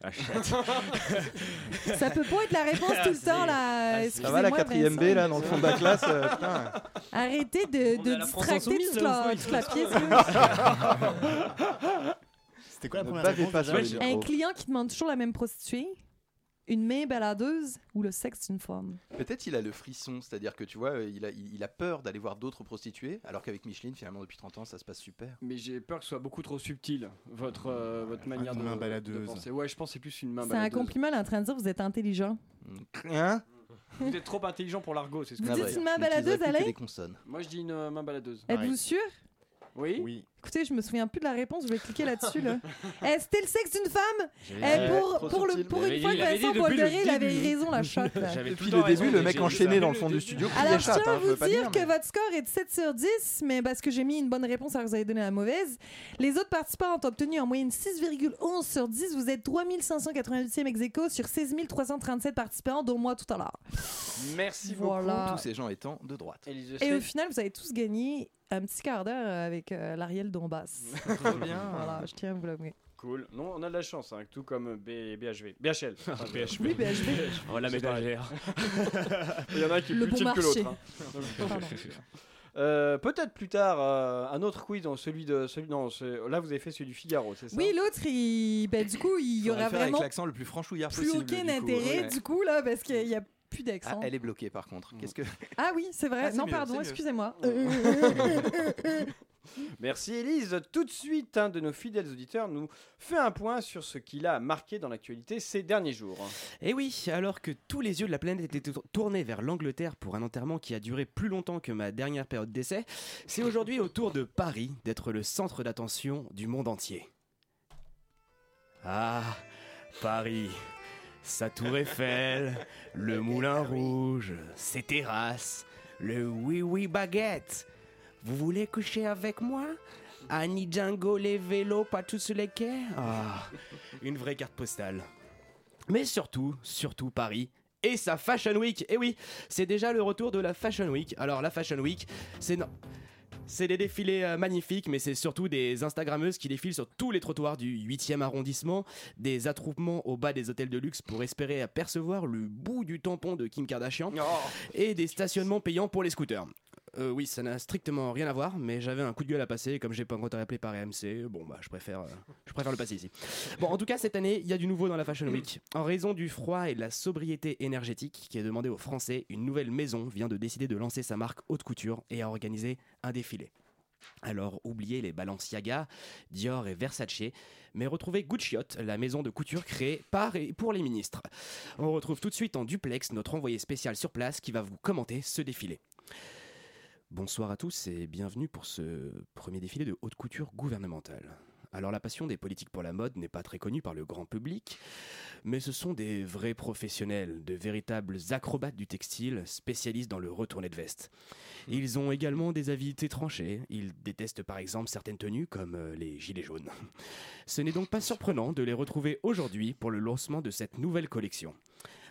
Speaker 15: Ah, chouette.
Speaker 14: [laughs] Ça peut pas être la réponse tout le temps là.
Speaker 13: Ça va la
Speaker 14: Excusez-moi,
Speaker 13: 4ème B
Speaker 14: Vincent.
Speaker 13: là dans le fond de la classe euh, putain.
Speaker 14: Arrêtez de, de
Speaker 16: la France
Speaker 14: distracter
Speaker 16: insoumise,
Speaker 14: toute
Speaker 16: là,
Speaker 14: la,
Speaker 16: où
Speaker 14: toute la
Speaker 13: [laughs] Oh.
Speaker 14: pièce.
Speaker 18: C'était quoi la
Speaker 13: Ne
Speaker 18: première
Speaker 13: bavez
Speaker 18: réponse
Speaker 13: pas
Speaker 18: déjà
Speaker 13: sur le micro.
Speaker 14: un client qui demande toujours la même prostituée, une main baladeuse ou le sexe d'une femme.
Speaker 13: Peut-être il a le frisson, c'est-à-dire que tu vois, euh, il a, il il a peur d'aller voir d'autres prostituées, alors qu'avec Micheline, finalement, depuis 30 ans, ça se passe super.
Speaker 1: Mais j'ai peur que ce soit beaucoup trop subtil, votre, euh, votre manière de,
Speaker 13: Ah, main
Speaker 1: de
Speaker 13: baladeuse.
Speaker 1: penser. Ouais, je pense que c'est plus une main
Speaker 14: C'est un
Speaker 1: baladeuse.
Speaker 14: compliment, elle est en train de dire vous êtes intelligent.
Speaker 13: Hein
Speaker 1: Vous êtes trop intelligent pour l'argot, c'est ce que
Speaker 14: Vous Ah dites ouais, une main je n'utiliserai baladeuse, plus que Alain des
Speaker 13: consonnes.
Speaker 1: Moi, je dis une euh, main baladeuse.
Speaker 14: Êtes-vous sûr
Speaker 1: Oui.
Speaker 14: Écoutez, je me souviens plus de la réponse, je vais cliquer là-dessus.
Speaker 13: [laughs]
Speaker 14: Là. Eh, c'était le sexe d'une femme
Speaker 13: J'avais
Speaker 14: Eh,
Speaker 13: dit,
Speaker 14: pour,
Speaker 13: trop
Speaker 14: pour, le,
Speaker 13: subtil.
Speaker 14: pour
Speaker 13: J'avais
Speaker 14: une
Speaker 13: dit,
Speaker 14: fois que
Speaker 13: il avait dit
Speaker 14: Vincent
Speaker 13: depuis le
Speaker 14: Bolloré, il avait
Speaker 13: début. [laughs]
Speaker 14: raison, la chotte. là.
Speaker 13: J'avais Depuis
Speaker 1: tout le
Speaker 13: le
Speaker 1: temps
Speaker 13: début,
Speaker 1: raison, mais
Speaker 13: le mec
Speaker 1: j'ai dit ça.
Speaker 13: enchaîné dans le fond du studio, criait
Speaker 14: Alors, je
Speaker 13: chatte,
Speaker 14: tiens à
Speaker 13: hein, je
Speaker 14: vous
Speaker 13: veux pas
Speaker 14: dire
Speaker 13: dire.
Speaker 14: que votre score est de 7 sur 10, mais parce que j'ai mis une bonne réponse alors que vous avez donné la mauvaise. Les autres participants ont obtenu en moyenne 6,11 sur 10. Vous êtes 3598e ex aequo sur 16 337 participants, dont moi tout à l'heure.
Speaker 1: Merci
Speaker 14: Voilà.
Speaker 13: Tous ces gens étant de droite.
Speaker 14: Et au final, vous avez tous gagné un petit quart d'heure euh, avec euh,
Speaker 13: [laughs]
Speaker 14: l'Ariel Dombas. Ah,
Speaker 1: Trop bien.
Speaker 14: Voilà, je tiens à vous l'avouer.
Speaker 1: Cool. Non, on a de la chance, hein, tout comme B- BHV.
Speaker 13: [laughs]
Speaker 1: BHL. Enfin, BHV.
Speaker 14: Oui,
Speaker 13: ben,
Speaker 14: BHV.
Speaker 15: On va la mettre à l'air.
Speaker 1: Il y en a un qui est
Speaker 14: Le
Speaker 1: plus
Speaker 14: bon
Speaker 1: petite que
Speaker 14: marché.
Speaker 1: l'autre. hein.
Speaker 14: Pardon.
Speaker 1: Euh, Peut-être plus tard euh, un autre quiz dans celui de celui non ce- là vous avez fait celui du Figaro c'est ça
Speaker 14: Oui, l'autre, il... ben, du coup, il y
Speaker 13: Faudrait
Speaker 14: aura
Speaker 13: faire avec
Speaker 14: vraiment
Speaker 13: l'accent le plus franchouillard
Speaker 14: plus
Speaker 13: possible.
Speaker 14: aucun
Speaker 13: du coup,
Speaker 14: intérêt,
Speaker 13: ouais.
Speaker 14: du coup, là, parce qu'il n'y a plus
Speaker 13: Ah,
Speaker 14: d'accent.
Speaker 13: elle est bloquée par contre. Qu'est-ce que.
Speaker 14: Ah oui, c'est vrai.
Speaker 13: Ah, c'est
Speaker 14: non,
Speaker 13: mieux, c'est
Speaker 14: pardon,
Speaker 13: mieux.
Speaker 14: excusez-moi. Euh,
Speaker 1: Merci Élise. Tout de suite, un de nos fidèles auditeurs nous fait un point sur ce qu'il a marqué dans l'actualité ces derniers jours.
Speaker 15: Et Eh oui, alors que tous les yeux de la planète étaient tour- tournés vers l'Angleterre pour un enterrement qui a duré plus longtemps que ma dernière période d'essai, c'est aujourd'hui au tour de Paris d'être le centre d'attention du monde entier. Ah, Paris, sa tour Eiffel, le Moulin Rouge, ses terrasses, le Oui Oui Baguette. Vous voulez coucher avec moi Annie Django, les vélos, pas tous sur les quais Ah, une vraie carte postale. Mais surtout, surtout Paris. Et sa Fashion Week Et oui, c'est déjà le retour de la Fashion Week. Alors la Fashion Week, c'est... non- C'est des défilés euh, magnifiques, mais c'est surtout des Instagrammeuses qui défilent sur tous les trottoirs du 8e arrondissement, des attroupements au bas des hôtels de luxe pour espérer apercevoir le bout du tampon de Kim Kardashian,
Speaker 13: Oh.
Speaker 15: et des stationnements payants pour les scooters. Euh, oui, ça n'a strictement rien à voir, mais j'avais un coup de gueule à passer, et comme j'ai pas encore été appelé par RMC, bon bah je préfère, euh, je préfère le passer ici. Bon, en tout cas, cette année, il y a du nouveau dans la Fashion Week. En raison du froid et de la sobriété énergétique qui est demandée aux Français, une nouvelle maison vient de décider de lancer sa marque haute couture et a organisé un défilé. Alors oubliez les Balenciaga, Dior et Versace, mais retrouvez Gucciot, la maison de couture créée par et pour les ministres. On retrouve tout de suite en duplex notre envoyé spécial sur place qui va vous commenter ce défilé. Bonsoir à tous et bienvenue pour ce premier défilé de haute couture gouvernementale. Alors la passion des politiques pour la mode n'est pas très connue par le grand public, mais ce sont des vrais professionnels, de véritables acrobates du textile, spécialistes dans le retourné de veste. Ils ont également des avités tranchées, ils détestent par exemple certaines tenues comme euh, les gilets jaunes. Ce n'est donc pas surprenant de les retrouver aujourd'hui pour le lancement de cette nouvelle collection.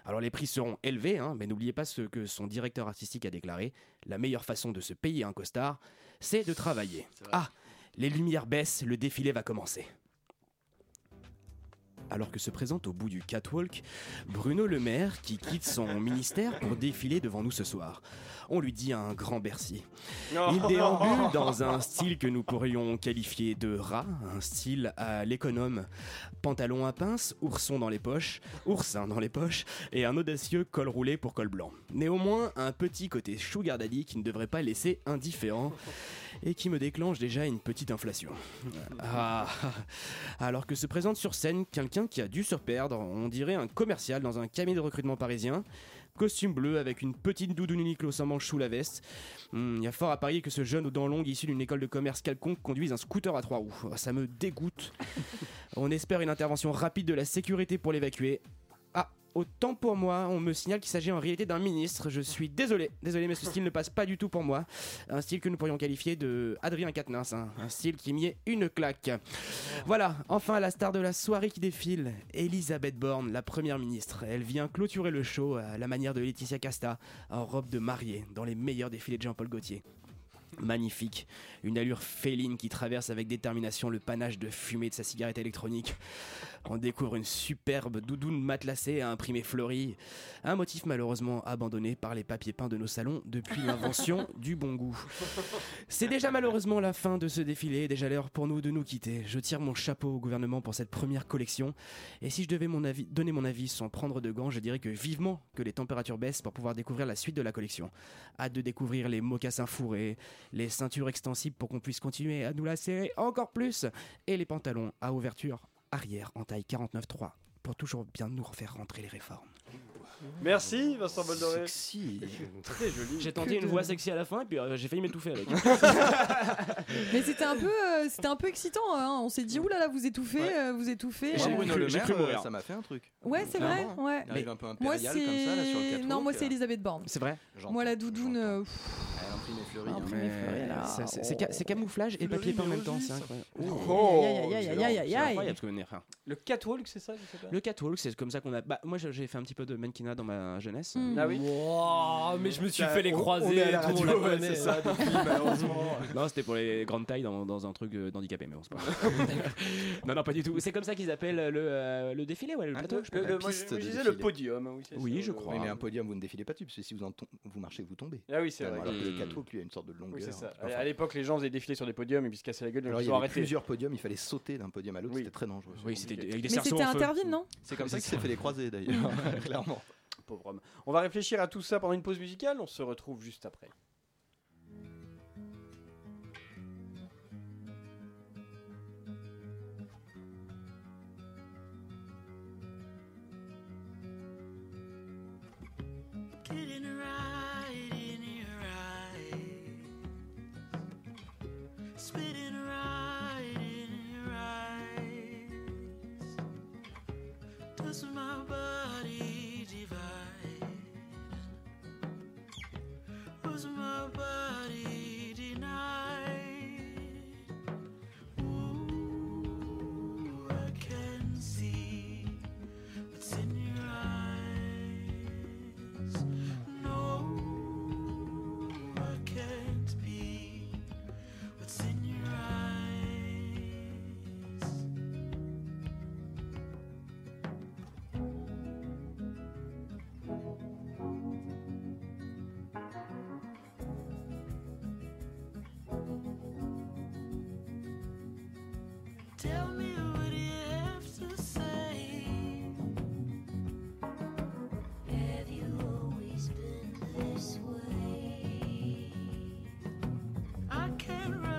Speaker 15: Alors les prix seront élevés, hein, mais n'oubliez pas ce que son directeur artistique a déclaré, la meilleure façon de se payer un costard, c'est de travailler. Ah, les lumières baissent, le défilé va commencer. Alors que se présente au bout du catwalk Bruno Le Maire qui quitte son ministère pour défiler devant nous ce soir. On lui dit un grand merci. Il déambule dans un style que nous pourrions qualifier de rat, un style à l'économe. Pantalon à pince, ourson dans les poches, oursin dans les poches et un audacieux col roulé pour col blanc. Néanmoins, un petit côté sugar daddy qui ne devrait pas laisser indifférent et qui me déclenche déjà une petite inflation. Ah, alors que se présente sur scène quelqu'un qui a dû se perdre, on dirait un commercial dans un cabinet de recrutement parisien, costume bleu avec une petite doudoune Uniqlo sans manche sous la veste. Hmm, Il y a fort à parier que ce jeune aux dents longues issu d'une école de commerce quelconque conduise un scooter à trois roues. Oh, Ça me dégoûte. On espère une intervention rapide de la sécurité pour l'évacuer. Ah, autant pour moi, on me signale qu'il s'agit en réalité d'un ministre. Je suis désolé, désolé, mais ce style ne passe pas du tout pour moi. Un style que nous pourrions qualifier de Adrien Quatennens, hein. un style qui m'y est une claque. Voilà, enfin la star de la soirée qui défile, Elisabeth Borne, la première ministre. Elle vient clôturer le show à la manière de Laetitia Casta, en robe de mariée, dans les meilleurs défilés de Jean-Paul Gaultier. Magnifique, une allure féline qui traverse avec détermination le panache de fumée de sa cigarette électronique. On découvre une superbe doudoune matelassée à imprimer fleuri, un motif malheureusement abandonné par les papiers peints de nos salons depuis l'invention du bon goût. C'est déjà malheureusement la fin de ce défilé, déjà l'heure pour nous de nous quitter. Je tire mon chapeau au gouvernement pour cette première collection, et si je devais mon avis- donner mon avis sans prendre de gants, je dirais que vivement que les températures baissent pour pouvoir découvrir la suite de la collection. Hâte de découvrir les mocassins fourrés, les ceintures extensibles pour qu'on puisse continuer à nous la serrer encore plus, et les pantalons à ouverture arrière en taille 49.3 pour toujours bien nous refaire rentrer les réformes.
Speaker 1: Merci Vincent Boldoré.
Speaker 15: Sexy.
Speaker 1: Très joli.
Speaker 12: J'ai tenté une voix sexy à la fin et puis euh, j'ai failli m'étouffer avec.
Speaker 14: Mais c'était un peu, euh, c'était un peu excitant. hein. On s'est dit, oulala, vous étouffez, euh, vous étouffez.
Speaker 13: J'ai
Speaker 14: euh.
Speaker 13: Bruno Le
Speaker 12: j'ai
Speaker 13: Maire,
Speaker 12: cru mourir.
Speaker 13: euh, ça m'a fait un truc.
Speaker 14: Ouais, c'est vrai.
Speaker 13: Clairement.
Speaker 14: Ouais.
Speaker 13: Il arrive un peu
Speaker 14: moi,
Speaker 13: impérial comme ça, là, sur le
Speaker 14: c'est-
Speaker 13: catwalk,
Speaker 14: Non, moi,
Speaker 13: euh.
Speaker 14: c'est Elisabeth Borne.
Speaker 15: [laughs] C'est vrai
Speaker 14: Moi, la doudoune. euh, pff,
Speaker 13: Elle imprime et fleurit. hein.
Speaker 14: imprimée fleuri, là.
Speaker 15: C'est- c'est- c'est
Speaker 14: oh.
Speaker 15: ca- c'est camouflage et papier peint en même temps, c'est incroyable.
Speaker 1: Oh,
Speaker 14: Aïe, aïe, aïe, aïe, aïe, aïe,
Speaker 15: C'est
Speaker 14: aïe.
Speaker 15: incroyable ce que vous venez de faire.
Speaker 1: Le catwalk, c'est ça je sais pas.
Speaker 15: Le catwalk, c'est comme ça qu'on a. Bah, moi, je- j'ai fait un petit peu de mannequinat dans ma jeunesse.
Speaker 14: Mm.
Speaker 1: Ah oui.
Speaker 12: Wow, mais je me suis
Speaker 13: Bah,
Speaker 1: Ça,
Speaker 12: fait les
Speaker 1: on-
Speaker 12: croiser.
Speaker 1: on est à la
Speaker 12: et tout, on
Speaker 1: radio,
Speaker 12: la
Speaker 1: ouais,
Speaker 12: connaît.
Speaker 1: c'est ça, depuis, malheureusement.
Speaker 15: Non, c'était pour les grandes tailles dans, dans un truc euh, d'handicapé, mais bon, [laughs] c'est pas. non, non, pas du tout. C'est comme ça qu'ils appellent le, euh, le défilé, ouais, le plateau. je sais pas.
Speaker 1: Le- le-
Speaker 13: La
Speaker 1: moi, je,
Speaker 13: piste
Speaker 1: moi, je
Speaker 13: de
Speaker 1: disais le
Speaker 13: défilé.
Speaker 1: podium. hein, Oui, c'est
Speaker 15: Oui,
Speaker 1: ça,
Speaker 15: je
Speaker 1: le-
Speaker 15: crois.
Speaker 13: Oui, mais un podium, vous ne défilez pas dessus, parce que si vous, en tom- vous marchez, vous tombez.
Speaker 1: Ah oui, c'est vrai.
Speaker 13: Alors que le
Speaker 15: Hmm.
Speaker 13: catwalk, lui, a une sorte de longueur.
Speaker 1: Oui, c'est ça.
Speaker 13: hein, c'est pas
Speaker 1: À
Speaker 13: fort.
Speaker 1: à l'époque, les gens faisaient défiler sur des podiums et puis se cassaient la gueule. Donc
Speaker 13: Alors, il
Speaker 1: ils
Speaker 13: y
Speaker 1: ont
Speaker 13: avait
Speaker 1: arrêté.
Speaker 13: plusieurs podiums, il fallait sauter d'un podium à l'autre, c'était très dangereux.
Speaker 15: Oui, c'était
Speaker 1: compliqué.
Speaker 15: avec des
Speaker 14: Mais
Speaker 15: cerceaux
Speaker 14: c'était
Speaker 15: en feu.
Speaker 14: Intervine, non
Speaker 13: C'est comme ça qu'il s'est fait les croiser d'ailleurs, [laughs] clairement.
Speaker 1: Pauvre homme. On va réfléchir à tout ça pendant une pause musicale. On se retrouve juste après.
Speaker 20: Getting right in your eyes, spitting right in your eyes, doesn't my body divide? Was my body denied? Ooh, I can see what's in your eyes. No, I can't be what's in your eyes. Tell me what you have to say. Have you always been this way? I can't run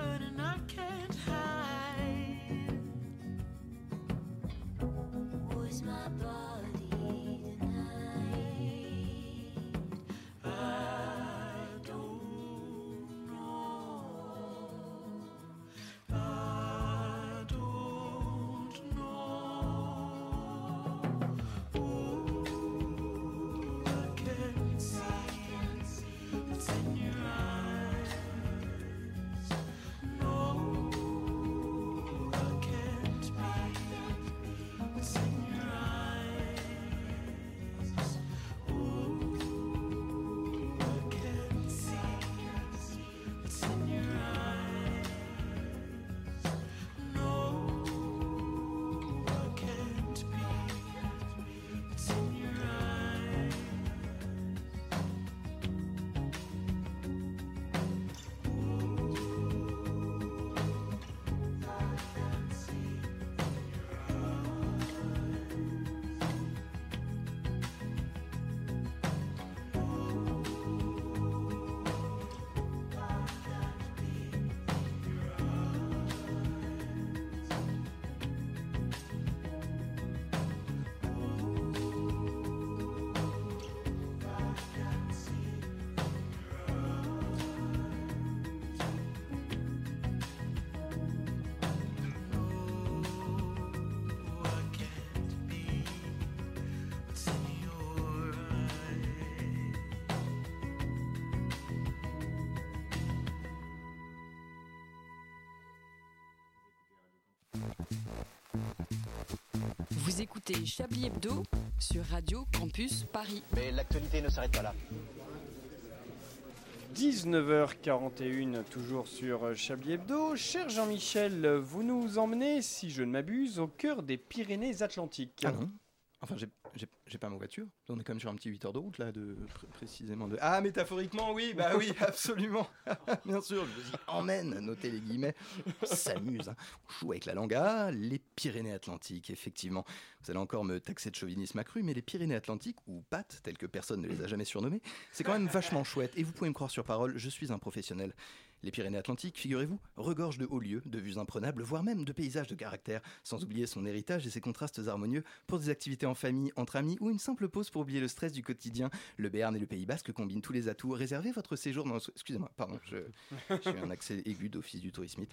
Speaker 10: Vous écoutez Chablis Hebdo sur Radio Campus Paris.
Speaker 5: Mais l'actualité ne s'arrête pas là.
Speaker 1: 19h41, toujours sur Chablis Hebdo. Cher Jean-Michel, vous nous emmenez, si je ne m'abuse, au cœur des Pyrénées-Atlantiques.
Speaker 13: Ah non Enfin, j'ai- j'ai j'ai pas ma voiture. On est quand même sur un petit 8 heures de route, là, de, pr- précisément. De... Ah, métaphoriquement, oui, bah oui, [laughs] absolument. Bien sûr, je vous y emmène, notez les guillemets. On s'amuse, hein. on joue avec la langue. Ah, les Pyrénées-Atlantiques, effectivement. Vous allez encore me taxer de chauvinisme accru, mais les Pyrénées-Atlantiques, ou PAT, telles que personne ne les a jamais surnommées, c'est quand même vachement chouette. Et vous pouvez me croire sur parole, je suis un professionnel. Les Pyrénées-Atlantiques, figurez-vous, regorgent de hauts lieux, de vues imprenables, voire même de paysages de caractère, sans oublier son héritage et ses contrastes harmonieux pour des activités en famille, entre amis ou une simple pause pour oublier le stress du quotidien. Le Béarn et le Pays Basque combinent tous les atouts. Réservez votre séjour dans... Excusez-moi, pardon, je- j'ai eu un accès aigu d'office du tourisme.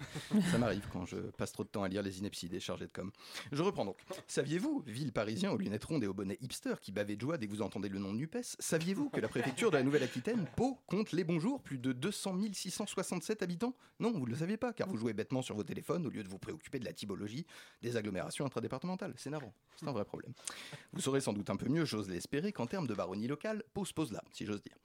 Speaker 13: Ça m'arrive quand je passe trop de temps à lire les inepties des chargés de com. Je reprends donc. Saviez-vous, ville parisienne aux lunettes rondes et aux bonnets hipster qui bavaient de joie dès que vous entendez le nom de NUPES, saviez-vous que la préfecture de la Nouvelle-Aquitaine, Pau, compte les bonjours, plus de 200 667 habitants Non, vous ne le saviez pas, car vous jouez bêtement sur vos téléphones au lieu de vous préoccuper de la typologie des agglomérations intradépartementales. C'est navrant, c'est un vrai problème. Vous saurez sans doute un peu mieux, j'ose l'espérer, qu'en termes de baronnie locale, Pau se pose là, si j'ose dire.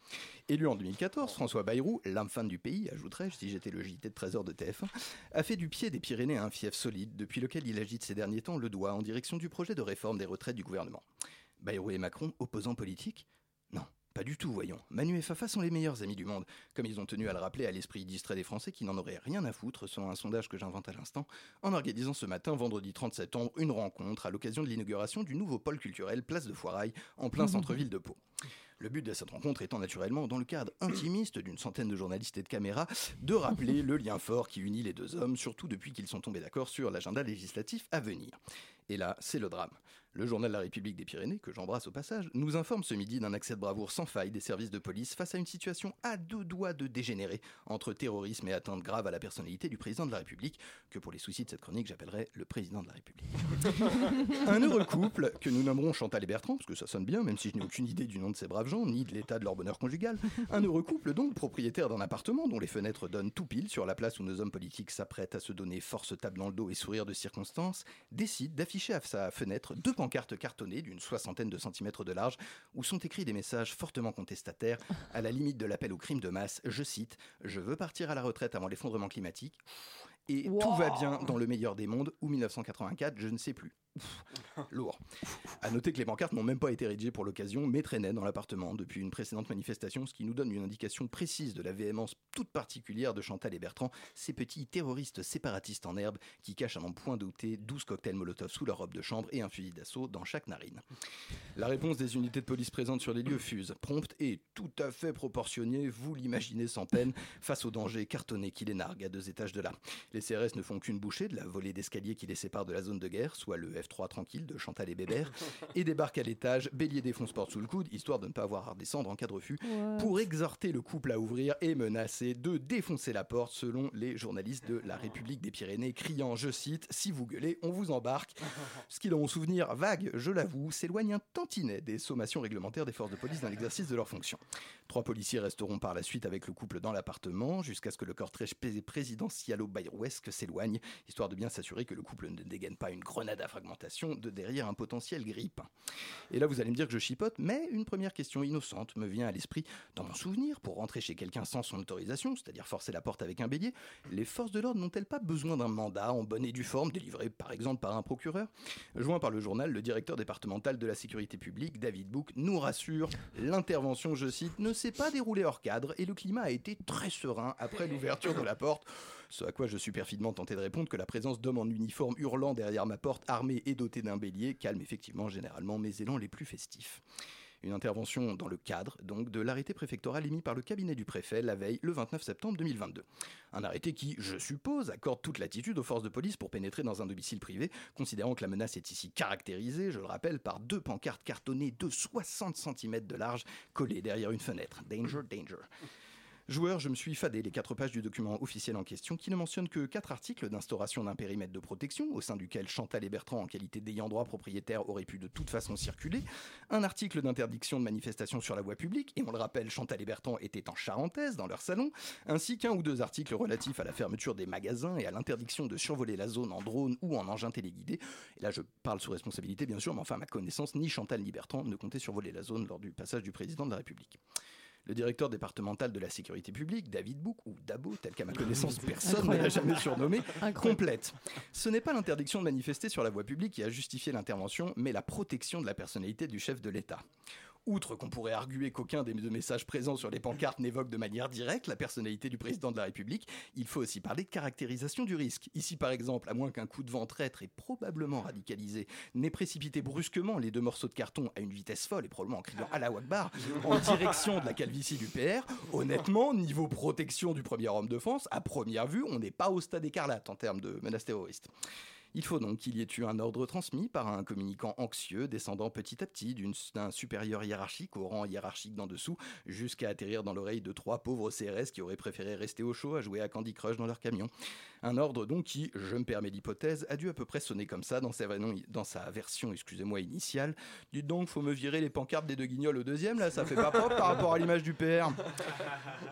Speaker 13: Élu en 2014, François Bayrou, l'enfant du pays, ajouterais-je si j'étais le JT de 13h de TF1, a fait du pied des Pyrénées un fief solide, depuis lequel il agite ces derniers temps le doigt en direction du projet de réforme des retraites du gouvernement. Bayrou et Macron, opposants politiques Non, pas du tout, voyons. Manu et Fafa sont les meilleurs amis du monde, comme ils ont tenu à le rappeler à l'esprit distrait des Français qui n'en auraient rien à foutre, selon un sondage que j'invente à l'instant, en organisant ce matin, vendredi 30 septembre, une rencontre à l'occasion de l'inauguration du nouveau pôle culturel Place de Foirail, en plein centre-ville de Pau. Le but de cette rencontre étant naturellement, dans le cadre intimiste d'une centaine de journalistes et de caméras, de rappeler le lien fort qui unit les deux hommes, surtout depuis qu'ils sont tombés d'accord sur l'agenda législatif à venir. Et là, c'est le drame. Le journal La République des Pyrénées, que j'embrasse au passage, nous informe ce midi d'un accès de bravoure sans faille des services de police face à une situation à deux doigts de dégénérer entre terrorisme et atteinte grave à la personnalité du président de la République, que pour les soucis de cette chronique, j'appellerais le président de la République. [laughs] Un heureux couple que nous nommerons Chantal et Bertrand, parce que ça sonne bien, même si je n'ai aucune idée du nom de ces braves gens, ni de l'état de leur bonheur conjugal. Un heureux couple donc, propriétaire d'un appartement dont les fenêtres donnent tout pile sur la place où nos hommes politiques s'apprêtent à se donner force table dans le dos et sourire de circonstance, décide d'afficher à sa fenêtre deux pancartes cartonnées d'une soixantaine de centimètres de large où sont écrits des messages fortement contestataires à la limite de l'appel au crime de masse. Je cite Je veux partir à la retraite avant l'effondrement climatique. Et tout va bien dans le meilleur des mondes ou 1984, je ne sais plus. Ouf, lourd. À noter que les pancartes n'ont même pas été rédigées pour l'occasion, mais traînaient dans l'appartement depuis une précédente manifestation, ce qui nous donne une indication précise de la véhémence toute particulière de Chantal et Bertrand, ces petits terroristes séparatistes en herbe qui cachent à n'en point douter 12 cocktails Molotov sous leur robe de chambre et un fusil d'assaut dans chaque narine. La réponse des unités de police présentes sur les lieux fuse, prompte et tout à fait proportionnée, vous l'imaginez sans peine, face au danger cartonné qui les nargue à deux étages de là. Les CRS ne font qu'une bouchée de la volée d'escalier qui les sépare de la zone de guerre, soit le F3 tranquille de Chantal et Bébert, et débarquent à l'étage, bélier défonce porte sous le coude, histoire de ne pas avoir à redescendre en cas de refus,
Speaker 14: What
Speaker 13: pour exhorter le couple à ouvrir et menacer de défoncer la porte, selon les journalistes de La République des Pyrénées, criant, je cite, Si vous gueulez, on vous embarque. Ce qui, dans mon souvenir vague, je l'avoue, s'éloigne un tantinet des sommations réglementaires des forces de police dans l'exercice de leurs fonctions. Trois policiers resteront par la suite avec le couple dans l'appartement, jusqu'à ce que le cortège pré- présidentialo-bayrouesque s'éloigne, histoire de bien s'assurer que le couple ne dégaine pas une grenade à fragmentation de derrière un potentiel grippin. Et là, vous allez me dire que je chipote, mais une première question innocente me vient à l'esprit. Dans mon souvenir, pour rentrer chez quelqu'un sans son autorisation, c'est-à-dire forcer la porte avec un bélier, les forces de l'ordre n'ont-elles pas besoin d'un mandat en bonne et due forme, délivré par exemple par un procureur Joint par le journal, le directeur départemental de la sécurité publique, David Bouc, nous rassure. L'intervention, je cite, ne s'est pas déroulée hors cadre et le climat a été très serein après l'ouverture de la porte. Ce à quoi je suis perfidement tenté de répondre que la présence d'hommes en uniforme hurlant derrière ma porte, armés et dotés d'un bélier, calme effectivement généralement mes élans les plus festifs. Une intervention dans le cadre donc de l'arrêté préfectoral émis par le cabinet du préfet la veille, le 29 septembre 2022. Un arrêté qui, je suppose, accorde toute latitude aux forces de police pour pénétrer dans un domicile privé, considérant que la menace est ici caractérisée, je le rappelle, par deux pancartes cartonnées de 60 cm de large collées derrière une fenêtre. Danger, danger. Joueur, je me suis fadé les quatre pages du document officiel en question qui ne mentionne que quatre articles d'instauration d'un périmètre de protection au sein duquel Chantal et Bertrand, en qualité d'ayant droit propriétaire, auraient pu de toute façon circuler, un article d'interdiction de manifestation sur la voie publique, et on le rappelle, Chantal et Bertrand étaient en charentaise dans leur salon, ainsi qu'un ou deux articles relatifs à la fermeture des magasins et à l'interdiction de survoler la zone en drone ou en engin téléguidé. Et là, je parle sous responsabilité, bien sûr, mais enfin, à ma connaissance, ni Chantal ni Bertrand ne comptaient survoler la zone lors du passage du président de la République. Le directeur départemental de la sécurité publique, David Bouc, ou Dabo, tel qu'à ma connaissance personne ne l'a
Speaker 14: Ah, Incroyable.
Speaker 13: jamais surnommé,
Speaker 14: Incroyable.
Speaker 13: complète. Ce n'est pas l'interdiction de manifester sur la voie publique qui a justifié l'intervention, mais la protection de la personnalité du chef de l'État. Outre qu'on pourrait arguer qu'aucun des deux messages présents sur les pancartes n'évoque de manière directe la personnalité du président de la République, il faut aussi parler de caractérisation du risque. Ici, par exemple, à moins qu'un coup de vent traître et probablement radicalisé n'ait précipité brusquement les deux morceaux de carton à une vitesse folle et probablement en criant à la Akbar en direction de la calvitie du PR, honnêtement, niveau protection du premier homme de France, à première vue, on n'est pas au stade écarlate en termes de menaces terroristes. Il faut donc qu'il y ait eu un ordre transmis par un communicant anxieux, descendant petit à petit d'une- d'un supérieur hiérarchique au rang hiérarchique d'en dessous, jusqu'à atterrir dans l'oreille de trois pauvres CRS qui auraient préféré rester au chaud à jouer à Candy Crush dans leur camion. Un ordre donc qui, je me permets l'hypothèse, a dû à peu près sonner comme ça dans sa, non, dans sa version, excusez-moi, initiale. Dites donc, faut me virer les pancartes des deux guignols au deuxième, là, ça fait pas propre par rapport à l'image du PR.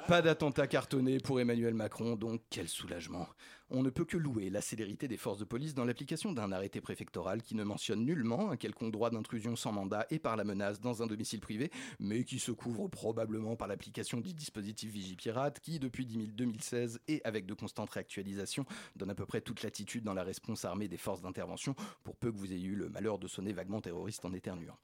Speaker 13: Pas d'attentat cartonné pour Emmanuel Macron, donc quel soulagement. On ne peut que louer la célérité des forces de police dans l'application d'un arrêté préfectoral qui ne mentionne nullement un quelconque droit d'intrusion sans mandat et par la menace dans un domicile privé, mais qui se couvre probablement par l'application du dispositif Vigipirate qui, depuis 10 2016 et avec de constantes réactualisations, donne à peu près toute latitude dans la réponse armée des forces d'intervention pour peu que vous ayez eu le malheur de sonner vaguement terroriste en éternuant.